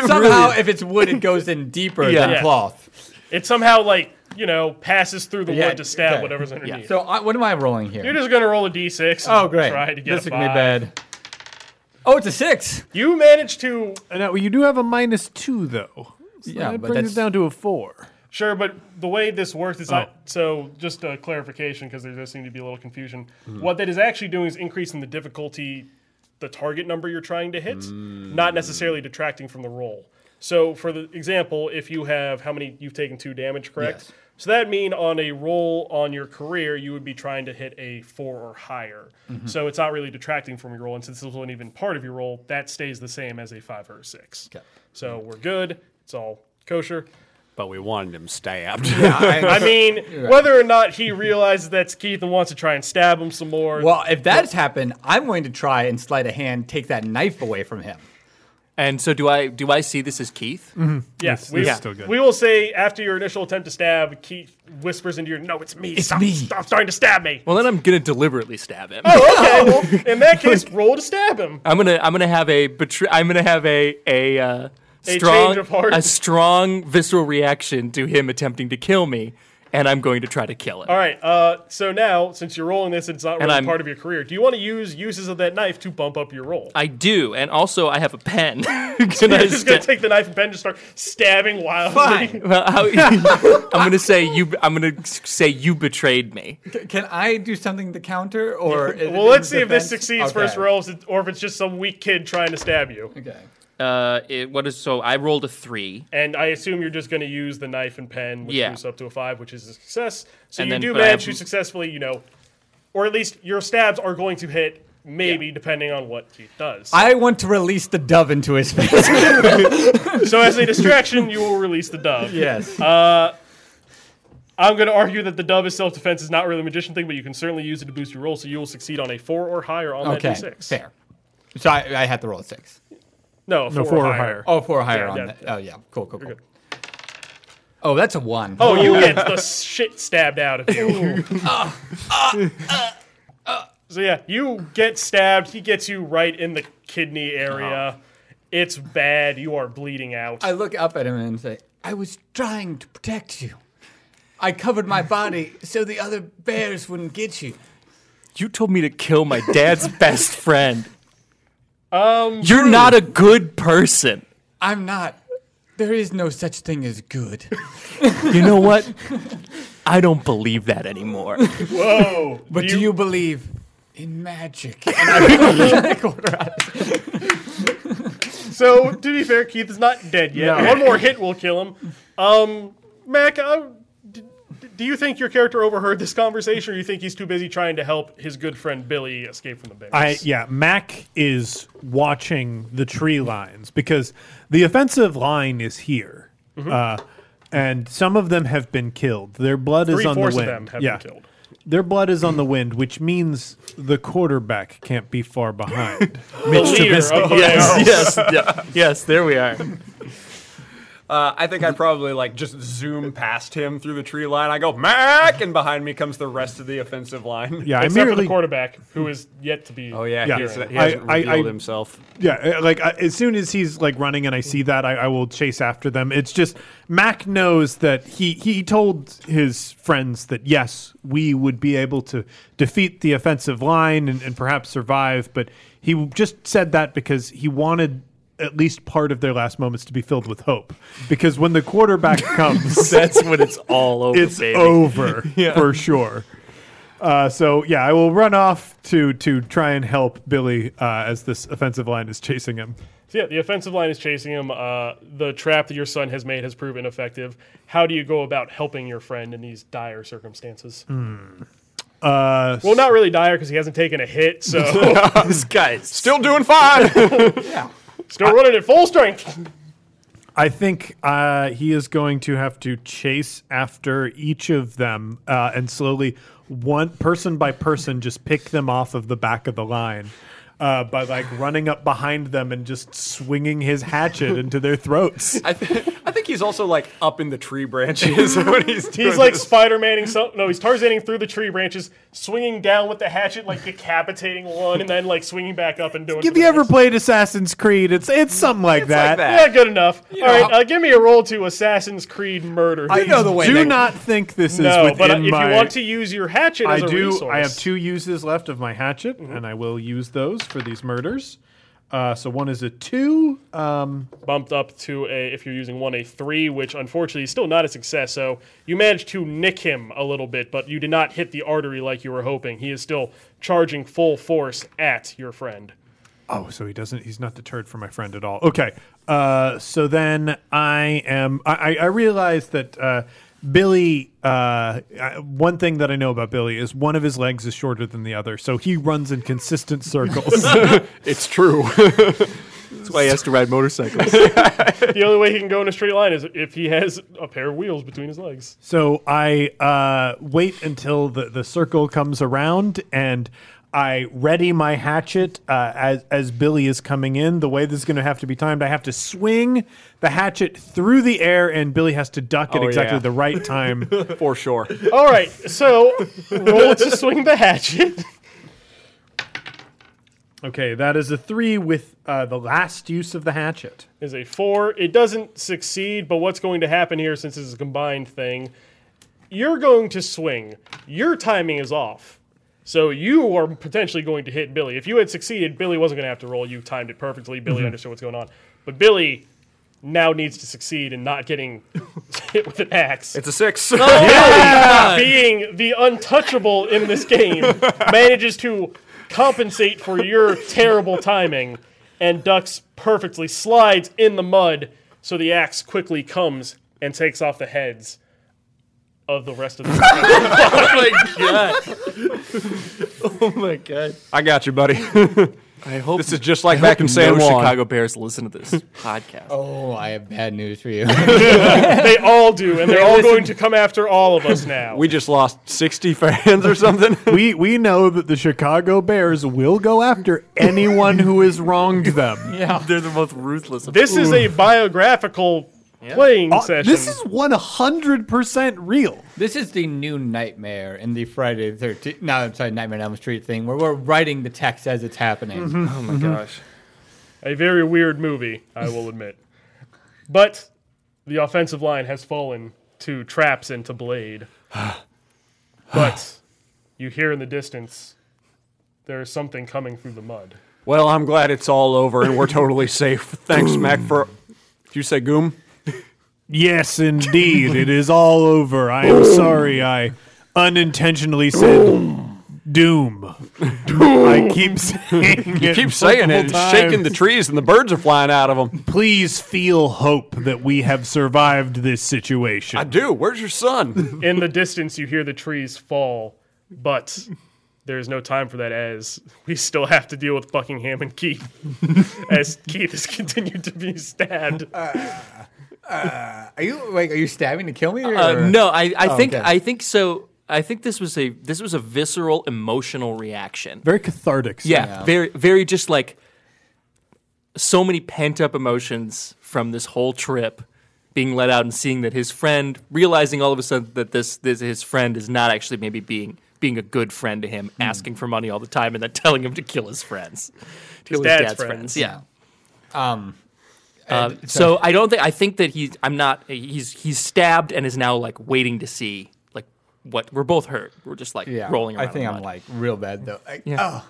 wood, Somehow, if it's wood, it goes in deeper than Yeah. cloth. It somehow like you know passes through the Yeah, wood to stab okay. whatever's underneath. So, I, what am I rolling here? You're just gonna roll a d6. and oh, great. Try to get this a is gonna be five. bad. Oh, it's a six. You managed to Now, you do have a minus two, though. So Yeah, that but brings that's- it down to a four. sure, but the way this works is Oh. not so. Just a clarification because there does seem to be a little confusion. Mm-hmm. What that is actually doing is increasing the difficulty, the target number you're trying to hit, Mm. not necessarily detracting from the roll. So, for the example, if you have how many you've taken two damage, correct? Yes. So that mean on a roll on your career, you would be trying to hit a four or higher. Mm-hmm. So it's not really detracting from your roll, and since this wasn't even part of your roll, that stays the same as a five or a six. Okay. So we're good. It's all kosher. But we wanted him stabbed. I mean, whether or not he realizes that's Keith and wants to try and stab him some more. Well, if that's happened, I'm going to try and sleight a hand, take that knife away from him. And so do I. Do I see this as Keith? Mm-hmm. yes, we, yeah. still good. we will say after your initial attempt to stab, Keith whispers into your, "No, it's me. It's stop, me." Stop starting to stab me." Oh, Well, then I'm gonna deliberately stab him. okay, well, in that case, roll to stab him. I'm gonna. I'm gonna have a. Betray, I'm gonna have a a. Uh, change Strong, of heart. a strong visceral reaction to him attempting to kill me, and I'm going to try to kill him. All right. Uh, so now, since you're rolling this, it's not And really I'm- part of your career. Do you want to use uses of that knife to bump up your roll? I do, and also I have a pen. Can You're I just gonna sta- take the knife and pen and just start stabbing wildly. Fine. Well, how- I'm gonna say you. I'm gonna s- say you betrayed me. C- Can I do something to counter, or is it Well, let's in see if this defense? succeeds Okay. first roll, if it's- or if it's just some weak kid trying to stab you. Okay. Uh, it, what is so? I rolled a three. And I assume you're just going to use the knife and pen, which Yeah. moves up to a five, which is a success. So And you then- do but I manage have- to successfully, you know, or at least your stabs are going to hit, maybe depending on what he does. I want to release the dove into his face. so as a distraction, you will release the dove. yes. I'm going to argue that the dove is self defense is not really a magician thing, but you can certainly use it to boost your roll, so you will succeed on a four or higher on okay. that d6. Fair. So I, I had to roll a six. No, a four, four or or higher. higher. Oh, four higher Yeah, on yeah, that. Oh, yeah. Cool, cool, cool. Oh, that's a one. Oh, you get the shit stabbed out of you. Ah, so yeah, you get stabbed. He gets you right in the kidney area. It's bad. You are bleeding out. I look up at him and say, I was trying to protect you. I covered my body so the other bears wouldn't get you. You told me to kill my dad's best friend. Um, you're not a good person. I'm not. There is no such thing as good. You know what? I don't believe that anymore. Whoa! But Do do you- you believe in magic? so to be fair, Keith is not dead yet. One more hit will kill him. Um, Mac, I, d- d- do you think your character overheard this conversation, or you think he's too busy trying to help his good friend Billy escape from the bears? I yeah, Mac is watching the tree lines because the offensive line is here, uh, and some of them have been killed. Their blood is on the Three-fourths wind. of them have been Yeah. killed. Their blood is on the wind, which means the quarterback can't be far behind. The leader of the bears. yes, yeah, yes. There we are. Uh, I think I probably like just zoom past him through the tree line. I go Mac, and behind me comes the rest of the offensive line. Yeah, I Except for the merely. quarterback, who is yet to be. Oh yeah, Yeah. He, hasn't- he I- hasn't I- I- revealed himself. Yeah, uh, like I, as soon as he's like running and I see that, I, I will chase after them. It's just Mac knows that he he told his friends that yes, we would be able to defeat the offensive line and, and perhaps survive, but he just said that because he wanted at least part of their last moments to be filled with hope. Because when the quarterback comes, That's when it's all over, it's baby. over for sure. Uh, so yeah, I will run off to to try and help Billy uh, as this offensive line is chasing him. So yeah, the offensive line is chasing him. Uh, the trap that your son has made has proven effective. How do you go about helping your friend in these dire circumstances? Hmm. Uh, Well, not really dire because he hasn't taken a hit, so this guy's Still doing fine. still running at full strength. I think uh, he is going to have to chase after each of them uh, and slowly, one person by person, just pick them off of the back of the line uh, by like running up behind them and just swinging his hatchet into their throats. I, th- I think he's also like up in the tree branches when he's doing He's like this. Spider Maning some. No, he's Tarzaning through the tree branches, swinging down with the hatchet, like decapitating one, and then like swinging back up and doing. Have the you ever next. played Assassin's Creed? It's it's something like that. like that. Yeah, good enough. All know, right, uh, give me a roll to Assassin's Creed Murder. I Please. know the way do they- not think this is no, within but uh, if my. you want to use your hatchet I as a do. resource, I have two uses left of my hatchet, and I will use those for these murders. Uh, so one is a two. Um, bumped up to a if you're using one a three, which unfortunately is still not a success. So you managed to nick him a little bit, but you did not hit the artery like you were hoping. He is still charging full force at your friend. Oh, so he doesn't. He's not deterred from my friend at all. Okay. Uh, so then I am. I, I I realize that uh, Billy. Uh, I- one thing that I know about Billy is one of his legs is shorter than the other, so he runs in consistent circles. It's true. why he has to ride motorcycles. the only way he can go in a straight line is if he has a pair of wheels between his legs. So I uh, wait until the, the circle comes around and I ready my hatchet uh, as, as Billy is coming in. The way this is going to have to be timed, I have to swing the hatchet through the air, and Billy has to duck at Oh, exactly yeah. the right time. for sure. All right, so roll to swing the hatchet. okay, that is a three with uh, the last use of the hatchet. Is a four. It doesn't succeed, but what's going to happen here, since this is a combined thing, you're going to swing. Your timing is off. So you are potentially going to hit Billy. If you had succeeded, Billy wasn't going to have to roll. You timed it perfectly. Billy understood what's going on. But Billy now needs to succeed in not getting hit with an axe. It's a six. being the untouchable in this game manages to compensate for your terrible timing and ducks perfectly, slides in the mud, so the axe quickly comes and takes off the heads of the rest of the oh my god! I got you, buddy. I hope This is just like back in San no Juan. Chicago Bears listen to this podcast. Oh, I have bad news for you. They all do, and they're all going to come after all of us now. We just lost 60 fans or something. we we know that the Chicago Bears will go after anyone who has wronged them. They're the most ruthless. Of this is a biographical playing session. Uh, This is one hundred percent real. This is the new nightmare in the Friday the 13th. No, I'm sorry, Nightmare on Elm Street thing where we're writing the text as it's happening. oh my gosh! a very weird movie, I will admit. But the offensive line has fallen to traps and to blade. but you hear in the distance there is something coming through the mud. Well, I'm glad it's all over and we're totally safe. Thanks, Mac, for. Did you say goom? Yes, indeed. it is all over. I am sorry I unintentionally said doom. I keep saying it. Keep saying it. It's multiple shaking times. the trees and the birds are flying out of them. Please feel hope that we have survived this situation. I do. Where's your son? In the distance, you hear the trees fall, but there is no time for that as we still have to deal with Buckingham and Keith as Keith has continued to be stabbed. Uh, Are you like are you stabbing to kill me or Uh, no, I, I think okay. I think so. I think this was a this was a visceral emotional reaction. Very cathartic. sir. Yeah, very very just like so many pent up emotions from this whole trip being let out and seeing that his friend, realizing all of a sudden that this, this his friend is not actually maybe being being a good friend to him, Hmm. asking for money all the time, and then telling him to kill his friends, kill dad's friends. Yeah. Um, Uh, and so I don't think I think that he's I'm not he's he's stabbed and is now like waiting to see like what we're both hurt. We're just like yeah, rolling around. I think in I'm mud. like real bad though. Like, Yeah. Oh,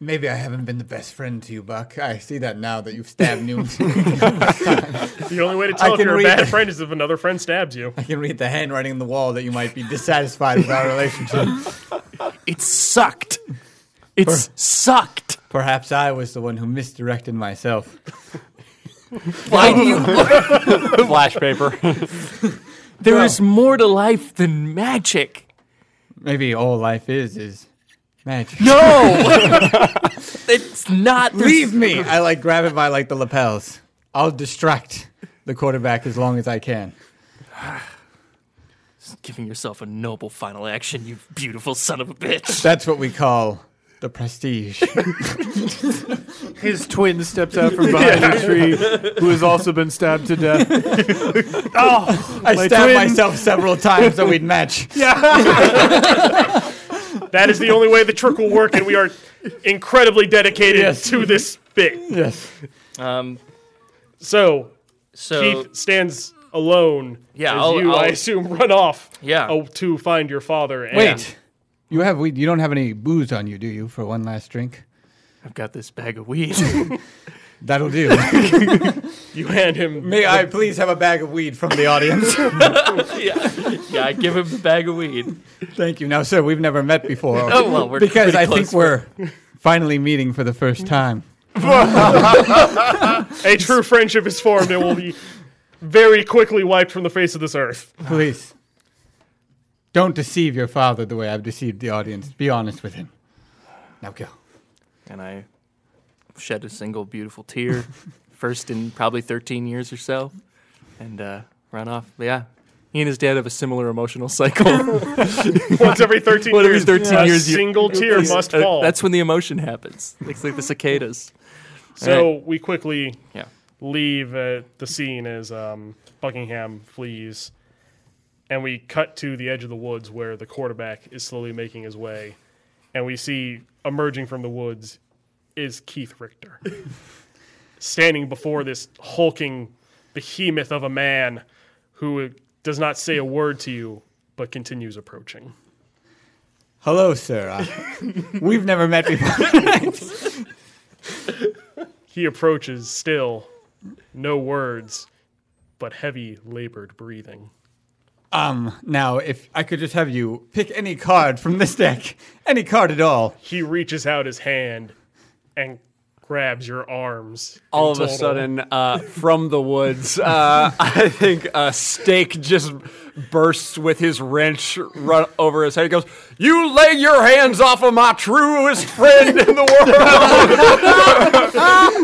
maybe I haven't been the best friend to you, Buck. I see that now that you've stabbed me. The only way to tell if can you're a read bad that. friend is if another friend stabs you. I can read the handwriting on the wall that you might be dissatisfied with our relationship. it sucked. It's sucked. Perhaps I was the one who misdirected myself. Why do you Flash paper. There is more to life than magic. Maybe all life is is magic. No, it's not. there's- Leave me! I like grab it by like the lapels. I'll distract the quarterback as long as I can. Giving yourself a noble final action, you beautiful son of a bitch. That's what we call the prestige. His twin steps out from behind a tree, who has also been stabbed to death. I My stabbed twin- myself several times so we'd match. That is the only way the trick will work, and we are incredibly dedicated to this bit. Yes. Um, So so Keith stands alone Yeah, as I'll- you, i I'll- assume, run off Yeah. uh, to find your father. And Wait. You have we you don't have any booze on you, do you, for one last drink? I've got this bag of weed. That'll do. you hand him. May I please have a bag of weed from the audience? yeah, yeah. I give him the bag of weed. Thank you. Now, sir, we've never met before. Oh, well, we're because pretty I close think we're finally meeting for the first time. A true friendship is formed and will be very quickly wiped from the face of this earth. Please, don't deceive your father the way I've deceived the audience. Be honest with him. Now go. and I shed a single beautiful tear, first in probably 13 years or so, and uh, run off. But yeah, he and his dad have a similar emotional cycle. Once every Once every 13 years, 13 a years, you- single tear must Uh, fall. That's when the emotion happens. It's like the cicadas. so All we quickly Yeah. leave uh, the scene as um, Buckingham flees, and we cut to the edge of the woods where the quarterback is slowly making his way, and we see emerging from the woods is Keith Richter, standing before this hulking behemoth of a man who does not say a word to you but continues approaching. Hello, sir. I, we've never met before. He approaches still, no words, but heavy, labored breathing. Um, now, if I could just have you pick any card from this deck, any card at all. he reaches out his hand and grabs your arms. in All of a total. sudden, uh, from the woods, uh, I think a stake just bursts with his wrench run over his head. He goes, "You lay your hands off of my truest friend in the world!"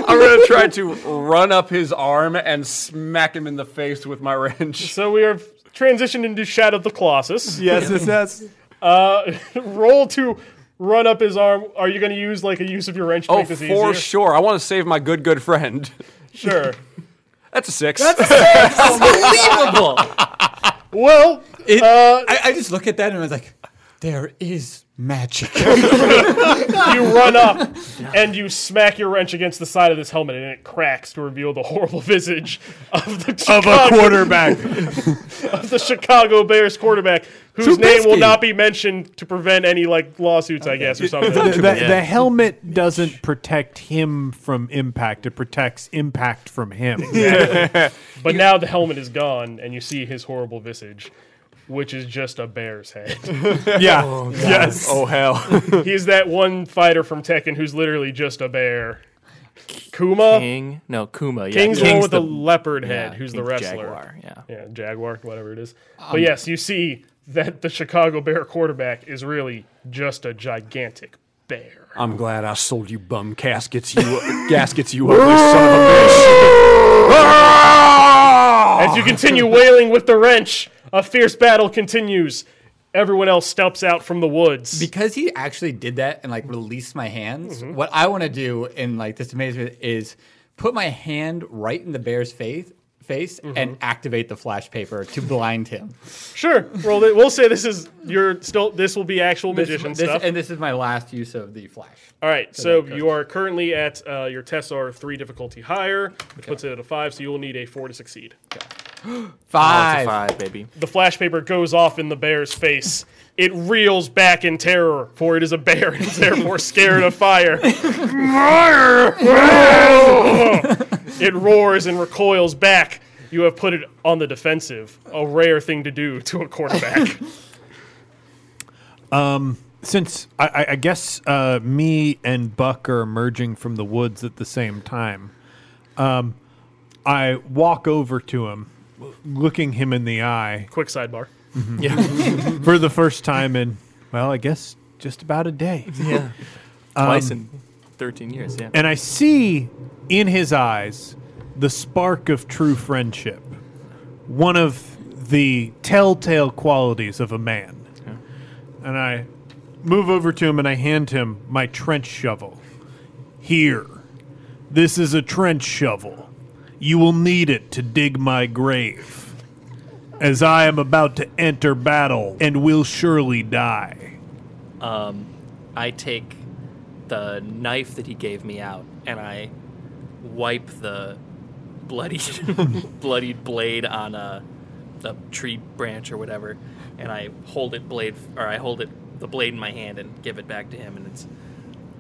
I'm gonna try to run up his arm and smack him in the face with my wrench. So we are transitioned into Shadow of the Colossus. Uh, Yes, yes, yes. Roll to run up his arm. Are you going to use like a use of your wrench to Oh, make this for easier? sure! I want to save my good, good friend. Sure. That's a six. Unbelievable. well, It- uh, I, I just look at that and I was like, there is magic. you run up and you smack your wrench against the side of this helmet, and it cracks to reveal the horrible visage of the Chicago, of Quarterback. the Chicago Bears quarterback, whose name will Trubisky. not be mentioned to prevent any like lawsuits, I guess, or something. the, the helmet doesn't protect him from impact. It protects impact from him. But now the helmet is gone, and you see his horrible visage, which is just a bear's head. Yeah. yes. oh hell! He's that one fighter from Tekken who's literally just a bear. Kuma, King, no Kuma. Yeah. King's, the one with the, leopard yeah, head, who's the King's wrestler. Jaguar, yeah. Yeah, Jaguar, whatever it is. Um, but yes, you see that the Chicago Bear quarterback is really just a gigantic bear. I'm glad I sold you bum caskets, you gaskets, you ugly son of a Oh. As you continue wailing with the wrench, a fierce battle continues. Everyone else steps out from the woods. because he actually did that and like released my hands, what I want to do in like this amazement is put my hand right in the bear's face face and activate the flash paper to blind him. Sure. Roll it. We'll say this is your still. This will be actual This- magician this- stuff. Oh, And this is my last use of the flash. All right. So you are currently at uh, your tests are three difficulty higher, which puts it at a five. So you will need a four to succeed. Five. Five. five, baby. The flash paper goes off in the bear's face. It reels back in terror, for it is a bear and is therefore scared of fire. it roars and recoils back. You have put it on the defensive, a rare thing to do to a quarterback. Since I, I, I guess uh, me and Buck are emerging from the woods at the same time, um, I walk over to him, looking him in the eye Quick sidebar. for the first time in, well, I guess just about a day. Yeah. Twice in 13 years, yeah. And I see in his eyes the spark of true friendship, one of the telltale qualities of a man. And I move over to him and I hand him my trench shovel. Here, this is a trench shovel. You will need it to dig my grave, as I am about to enter battle and will surely die. I take the knife that he gave me out and I wipe the bloody bloodied blade on a, a tree branch or whatever and I hold it blade or I hold it the blade in my hand and give it back to him and it's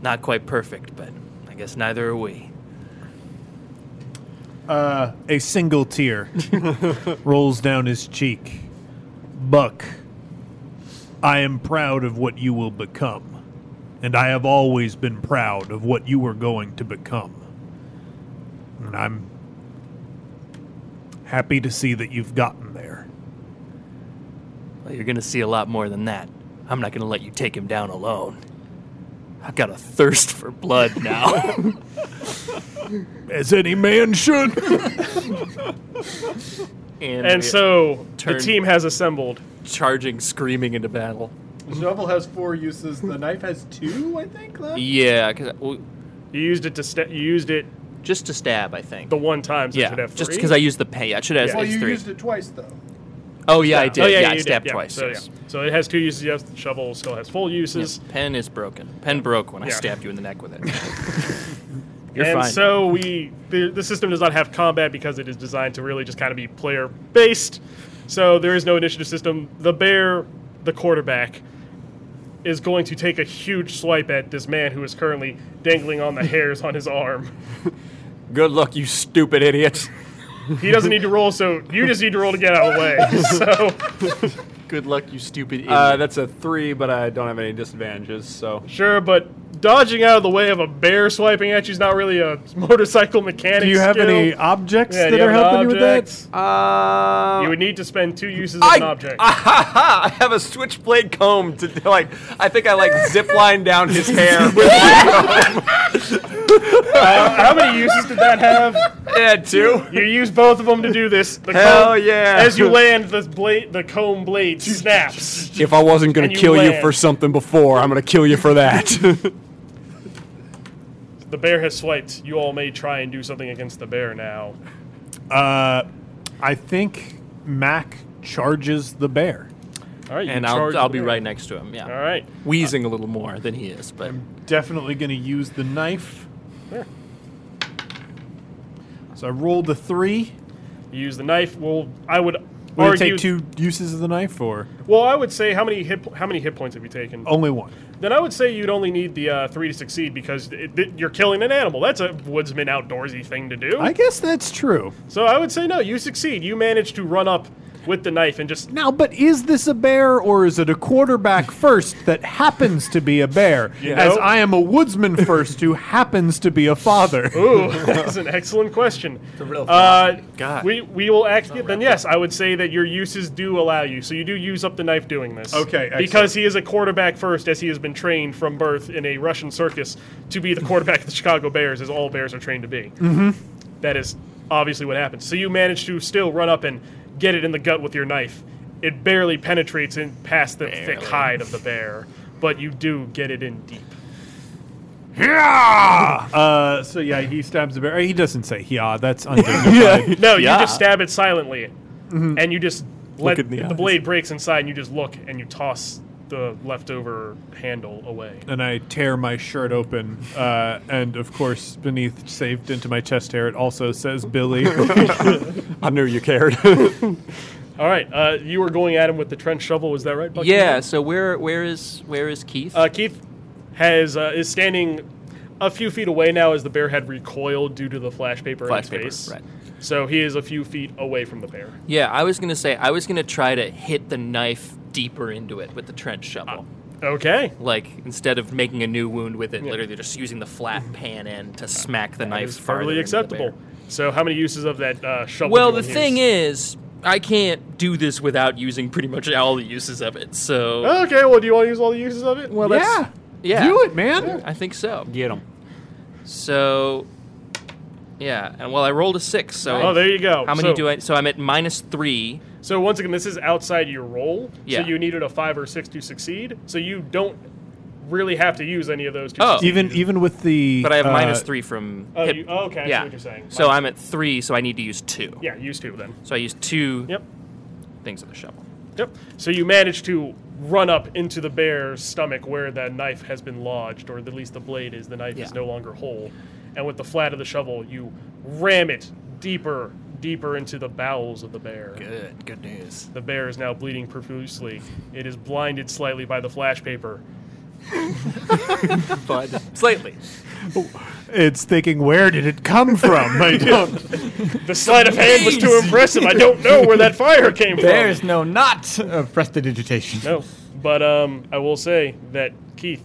not quite perfect but I guess neither are we. A single tear rolls down his cheek. Buck, I am proud of what you will become, and I have always been proud of what you are going to become. And I'm happy to see that you've gotten there. Well, you're going to see a lot more than that. I'm not going to let you take him down alone. I've got a thirst for blood now. As any man should. And we- so the Turn. team has assembled. charging screaming into battle. The shovel has four uses. The knife has two, I think. Left? Yeah, 'cause- well, You used it to sta you used it just to stab, I think. the one time, so it yeah, should have three. Oh, just because I used the pay. Yeah, it should have Yeah. Well, it's you three. used it twice though. oh yeah, I did. Oh, yeah, yeah, you I did, stabbed yeah. twice. So, yes. yeah. so it has two uses. Yes, the shovel still has full uses. Pen is broken. Pen broke when I Yeah. stabbed you in the neck with it. You're and fine. so we the, the system does not have combat because it is designed to really just kind of be player based. So there is no initiative system. The bear, the quarterback, is going to take a huge swipe at this man who is currently dangling on the hairs on his arm. Good luck, you stupid idiots. He doesn't need to roll, so you just need to roll to get out of the way. So Good luck, you stupid idiot. Uh, that's a three, but I don't have any disadvantages, so. sure, but dodging out of the way of a bear swiping at you is not really a motorcycle mechanic. Do you have skill. any objects Yeah, do that you are have an helping you with that? object? Uh, You would need to spend two uses of I, an object. Ahaha, I have a switchblade comb to like. I think I like zipline down his hair. with How many uses did that have? yeah, two. You use both of them to do this. The Hell comb- yeah. As you land, the blade, the comb blade snaps. If I wasn't going And to you kill you land. for something before, I'm going to kill you for that. The bear has swiped. You all may try and do something against the bear now. Uh, I think Mac charges the bear. All right, you and charge I'll, the I'll be bear. right next to him. Yeah, All right, wheezing a little more than he is, but definitely going to use the knife. So I rolled a three. you use the knife. Well, I would Would it argue. take two uses of the knife or Well, I would say how many hit po- how many hit points have you taken? Oh. only one? Then I would say you'd only need the uh, three to succeed because it, it- you're killing an animal. That's a woodsman outdoorsy thing to do. I guess that's true. so I would say no. You succeed. You manage to run up with the knife and just Now, but is this a bear or is it a quarterback first that happens to be a bear? As know- I am a woodsman first who happens to be a father. Ooh, that's an excellent question. uh, God. We, we will actually, then yes, I would say that your uses do allow you. So you do use up the knife doing this. Okay, excellent. Because he is a quarterback first, as he has been trained from birth in a Russian circus to be the quarterback of the Chicago Bears, as all Bears are trained to be. Mm-hmm. is obviously what happens. So you manage to still run up and get it in the gut with your knife. It barely penetrates in past the thick hide of the bear, but you do get it in deep. Yeah. Uh, so yeah, he stabs the bear. He doesn't say yeah. That's undignified. No, Yeah. you just stab it silently, and you just let in the the, eyes. blade breaks inside, and you just look and you toss the leftover handle away. and I tear my shirt open, uh, and of course, beneath, saved into my chest hair, it also says Billy. I knew you cared. All right, uh, you were going at him with the trench shovel. Is that right? Bucky? Yeah. So where where is where is Keith? Uh, Keith has uh, is standing a few feet away now as the bear had recoiled due to the flash paper Flash in paper, his face. right. So he is a few feet away from the bear. yeah, I was gonna say I was gonna try to hit the knife deeper into it with the trench Uh, shovel. Okay. like instead of making a new wound with it, literally just using the flat pan end to smack the knife. It's farther into perfectly the acceptable. bear. So how many uses of that uh, shovel? Well, do the you thing use? is, I can't do this without using pretty much all the uses of it. So Okay, well, do you want to use all the uses of it? Well, that's- yeah, Do it, man. I think so. Get him. So yeah, and well, I rolled a six. So Oh, there you go. How many So- do I? So I'm at minus three. So once again, this is outside your roll. Yeah. So you needed a five or six to succeed. So you don't really have to use any of those. To Oh. succeed. Even even with the But I have uh, minus three from. Oh, hit- you- oh, okay, I see Yeah. what you're saying. So Minus- I'm at three, so I need to use two. yeah, use two then. So I use two Yep, things of the shovel. yep. So you manage to run up into the bear's stomach where that knife has been lodged, or at least the blade is. The knife is Yeah. no longer whole, and with the flat of the shovel, you ram it deeper, deeper into the bowels of the bear. Good, good news. The bear is now bleeding profusely. It is blinded slightly by the flash paper. But slightly. It's thinking, where did it come from? I don't. The sleight of hand was too Please. impressive. I don't know where that fire came from. There is no not of prestidigitation. No, but um, I will say that Keith,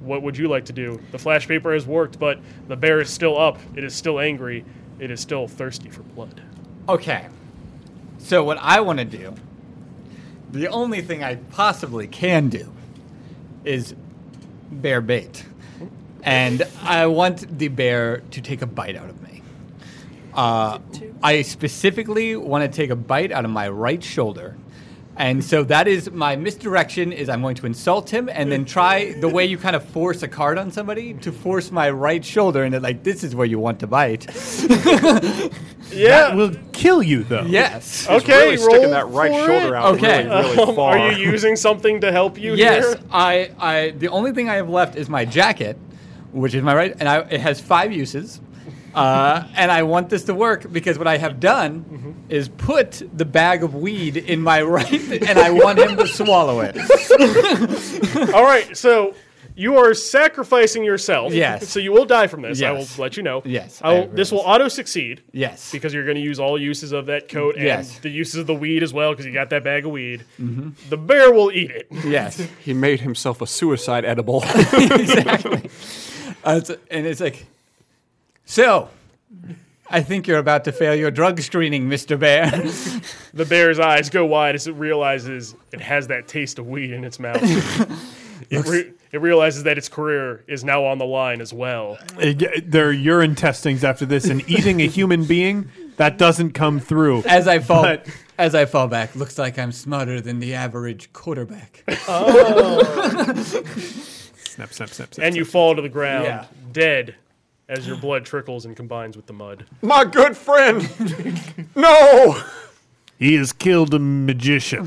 what would you like to do? The flash paper has worked, but the bear is still up. It is still angry. It is still thirsty for blood. Okay. So what I want to do, the only thing I possibly can do, is bear bait, and I want the bear to take a bite out of me. Uh, I specifically want to take a bite out of my right shoulder. And so that is my misdirection is I'm going to insult him and then try the way you kind of force a card on somebody to force my right shoulder and like this is where you want to bite. Yeah. Will kill you though. Yes. okay. really sticking roll that right for shoulder it. out Okay. really, really Um, far. are you using something to help you Yes, here? I, I. The only thing I have left is my jacket, which is my right, and I, it has five uses. Uh, and I want this to work because what I have done Mm-hmm. is put the bag of weed in my right, and I want him to swallow it. All right. So you are sacrificing yourself. Yes. So you will die from this. I will Yes. let you know. Yes, I will, I this will auto succeed. Yes. because you're going to use all uses of that coat and Yes. Mm-hmm. the uses of the weed as well because you got that bag of weed. The bear will eat it. yes. He made himself a suicide edible. Uh, it's- and it's like, so. I think you're about to fail your drug screening, Mr. Bear. The bear's eyes go wide as it realizes it has that taste of weed in its mouth. it, re- it realizes that its career is now on the line as well. Uh, y- Their urine testings after this and eating a human being that doesn't come through. As I fall, But- as I fall back, looks like I'm smarter than the average quarterback. Snap, snap, snap, snap. And you fall to the ground, Yeah. dead, as your blood trickles and combines with the mud. My good friend. no. He has killed a magician.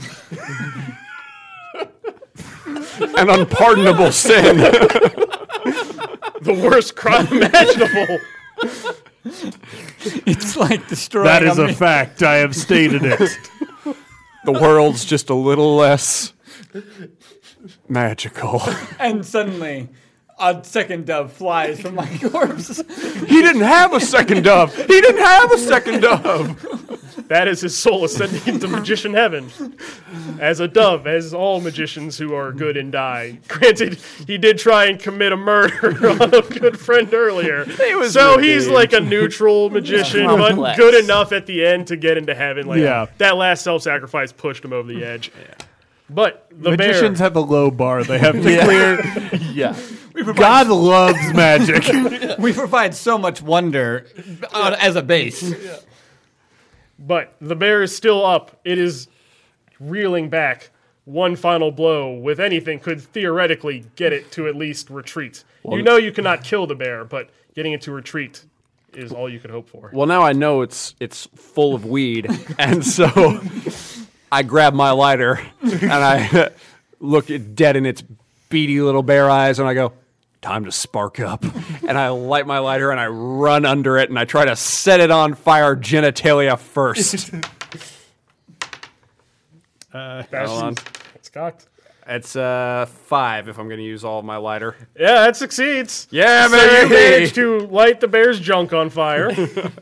An unpardonable sin. The worst crime imaginable. It's like destroying. That is a a fact. I have stated it. The world's just a little less magical. And suddenly, a second dove flies from my corpse. He didn't have a second dove. He didn't have a second dove. That is his soul ascending into magician heaven as a dove, as all magicians who are good and die. Granted, he did try and commit a murder on a good friend earlier. so he's like a neutral magician, but Complex. good enough at the end to get into heaven. Like Yeah. that last self sacrifice pushed him over the edge. But the Magicians bear, have a low bar they have to clear. Yeah. God loves magic. We provide so much wonder uh, as a base. but the bear is still up. It is reeling back, one final blow with anything could theoretically get it to at least retreat. you know you cannot kill the bear, but getting it to retreat is all you could hope for. Well, now I know it's it's full of weed, and so I grab my lighter and I look it dead in its beady little bear eyes, and I go, "Time to spark up." And I light my lighter and I run under it and I try to set it on fire genitalia first. That's, on. It's cocked. it's uh five if I'm going to use all of my lighter. Yeah, that succeeds. Yeah, So you managed to light the bear's junk on fire.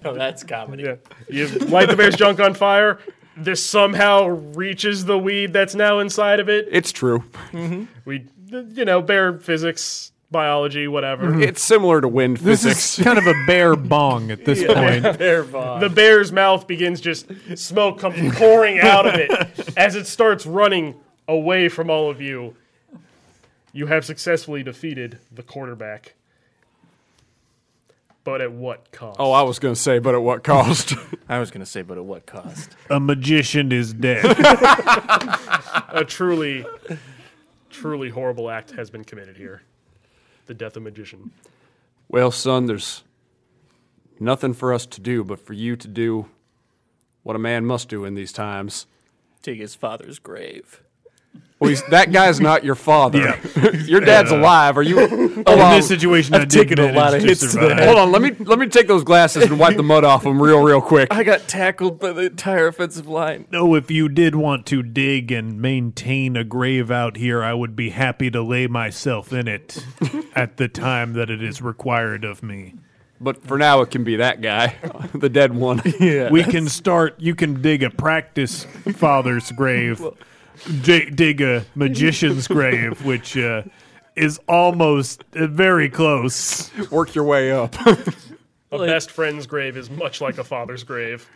Oh, that's comedy. Yeah. You light the bear's junk on fire. This somehow reaches the weed that's now inside of it. It's true. We, you know, bear physics, biology, whatever. It's similar to wind This physics. is kind of a bear bong at this point. The bear's mouth begins just smoke comes pouring out of it as it starts running away from all of you. You have successfully defeated the quarterback. But at what cost? oh, I was going to say, but at what cost? I was gonna say, but at what cost? A magician is dead. a truly, truly horrible act has been committed here. The death of magician. Well, son, there's nothing for us to do but for you to do what a man must do in these times. Dig his father's grave. Well, he's, that guy's not your father. your dad's alive. Are you? Hold In on. this situation, I've taken a lot of hits to the Hold on. Let me let me take those glasses and wipe the mud off them real real quick. I got tackled by the entire offensive line. No, if you did want to dig and maintain a grave out here, I would be happy to lay myself in it at the time that it is required of me. But for now, it can be that guy, the dead one. Yeah. We can start. You can dig a practice father's grave, dig, dig a magician's grave, which uh, is almost uh, very close. Work your way up. A best friend's grave is much like a father's grave.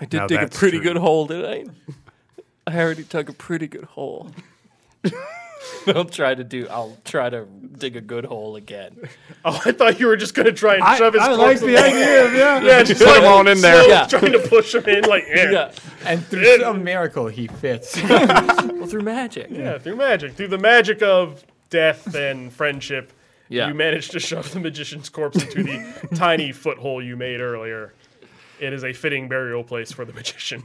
I did Now dig a that's pretty true. good hole, didn't I? I already dug a pretty good hole. I'll try to do. I'll try to dig a good hole again. Oh, I thought you were just gonna try and shove his corpse in the- idea of yeah. Yeah, just Put like him on in there. Yeah. trying to push him in, like eh. yeah. Yeah. And through some miracle, he fits. Well, through magic. through magic, through the magic of death and friendship, Yeah. you managed to shove the magician's corpse into the tiny foothole you made earlier. It is a fitting burial place for the magician.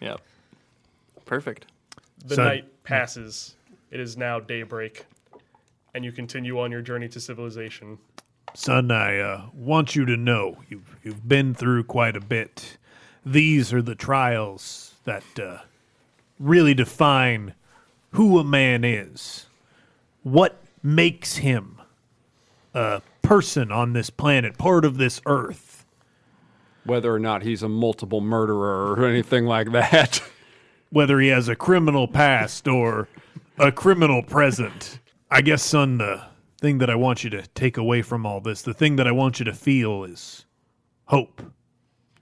Yep. Perfect. The So- night passes. It is now daybreak, and you continue on your journey to civilization. Son, I uh, want you to know you've, you've been through quite a bit. These are the trials that uh, really define who a man is, what makes him a person on this planet, part of this earth. Whether or not he's a multiple murderer or anything like that. whether he has a criminal past or a criminal present. I guess, son, the thing that I want you to take away from all this, the thing that I want you to feel is hope.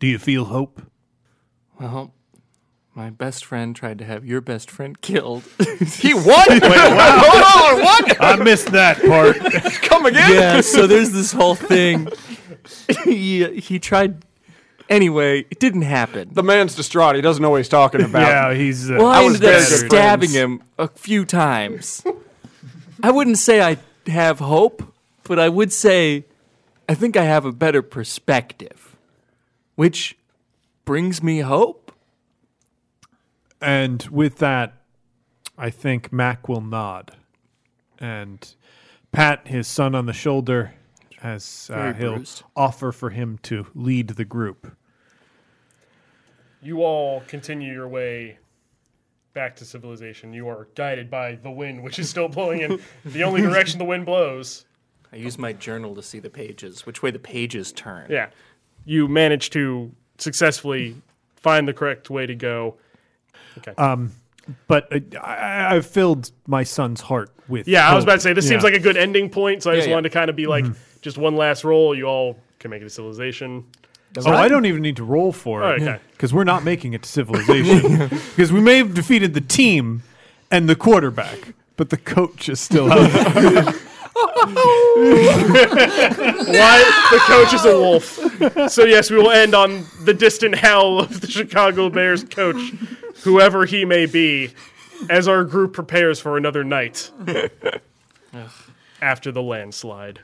Do you feel hope? Well, my best friend tried to have your best friend killed. He what? Wait, Hold on. What? I missed that part. Come again? yeah, so there's this whole thing. he, he tried. Anyway, it didn't happen. The man's distraught. He doesn't know what he's talking about. yeah, he's. Uh, well, I, was ended up very good stabbing friends. him a few times. I wouldn't say I have hope, but I would say I think I have a better perspective, which brings me hope. And with that, I think Mac will nod and pat his son on the shoulder as uh, Very he'll bruised. offer for him to lead the group. You all continue your way back to civilization. You are guided by the wind, which is still blowing in the only direction the wind blows. I use my journal to see the pages, which way the pages turn. Yeah. You manage to successfully find the correct way to go. But uh, I, I've filled my son's heart with. Yeah, I was hope. about to say this seems Yeah. like a good ending point, so I just yeah. Mm-hmm. wanted to kind of be like just one last roll. You all can make it to civilization. Oh, I don't even need to roll for Oh, it okay. because we're not making it to civilization because we may have defeated the team and the quarterback, but the coach is still out. there. Why the coach is a wolf. So yes, we will end on the distant howl of the Chicago Bears coach, whoever he may be, as our group prepares for another night after the landslide.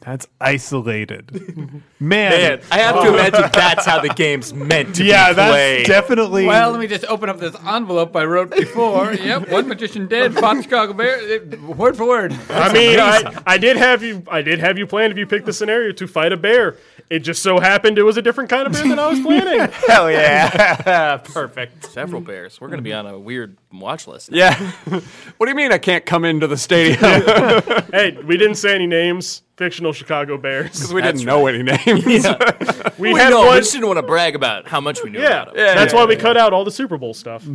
That's isolated. Man. Man, I have to imagine that's how the game's meant to yeah, be that's played. definitely. Well, let me just open up this envelope I wrote before. yep, one magician dead, fought Chicago Bear, it- word for word. I mean, I, I did have you. I did have you planned if you picked the scenario to fight a bear. It just so happened it was a different kind of bear than I was planning. Hell yeah. Perfect. Several bears. We're going to be on a weird watch list. Yeah. what do you mean I can't come into the stadium? hey, we didn't say any names. Fictional Chicago Bears. 'Cause we didn't know any names. We We, had know, we one. just didn't want to brag about how much we knew Yeah, about them. that's why we cut out all the Super Bowl stuff.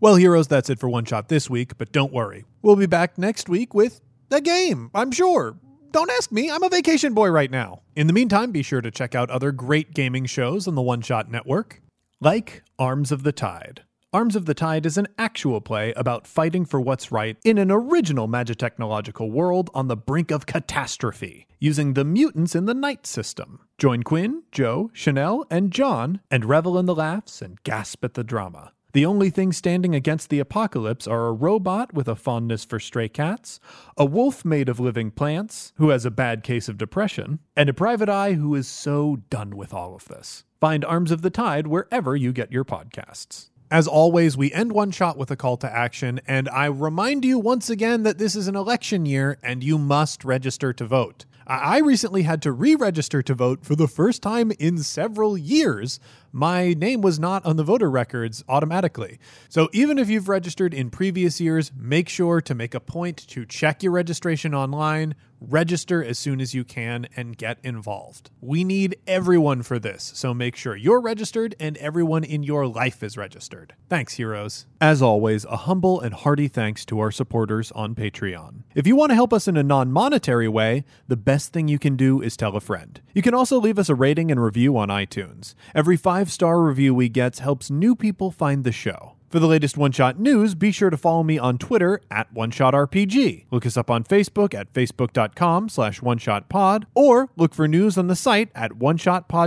Well, heroes, that's it for One Shot this week, but don't worry. We'll be back next week with a game, I'm sure. Don't ask me, I'm a vacation boy right now. In the meantime, be sure to check out other great gaming shows on the One Shot Network, like Arms of the Tide. Arms of the Tide is an actual play about fighting for what's right in an original magitechnological world on the brink of catastrophe, using the mutants in the night system. Join Quinn, Joe, Chanel, and John, and revel in the laughs and gasp at the drama. The only things standing against the apocalypse are a robot with a fondness for stray cats, a wolf made of living plants who has a bad case of depression, and a private eye who is so done with all of this. Find Arms of the Tide wherever you get your podcasts. As always, we end one shot with a call to action, and I remind you once again that this is an election year and you must register to vote. I I recently had to re register to vote for the first time in several years. My name was not on the voter records automatically. So even if you've registered in previous years, make sure to make a point to check your registration online, register as soon as you can, and get involved. We need everyone for this, so make sure you're registered and everyone in your life is registered. Thanks, heroes. As always, a humble and hearty thanks to our supporters on Patreon. If you want to help us in a non monetary way, the best thing you can do is tell a friend. You can also leave us a rating and review on iTunes. Every five star review we get helps new people find the show. For the latest One Shot news, be sure to follow me on Twitter at One Shot RPG. Look us up on Facebook at facebook.com slash one shot pod, or look for news on the site at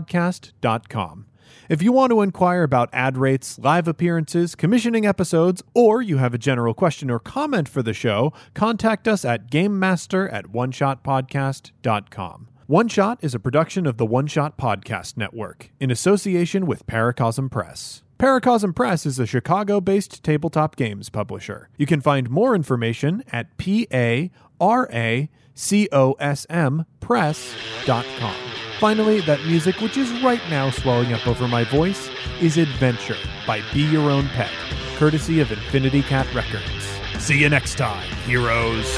oneshotpodcast.com. If you want to inquire about ad rates, live appearances, commissioning episodes, or you have a general question or comment for the show, contact us at gamemaster at oneshotpodcast.com. One Shot is a production of the One Shot Podcast Network in association with Paracosm Press. Paracosm Press is a Chicago based tabletop games publisher. You can find more information at P A R A C O S M Press.com. Finally, that music, which is right now swelling up over my voice, is Adventure by Be Your Own Pet, courtesy of Infinity Cat Records. See you next time, heroes.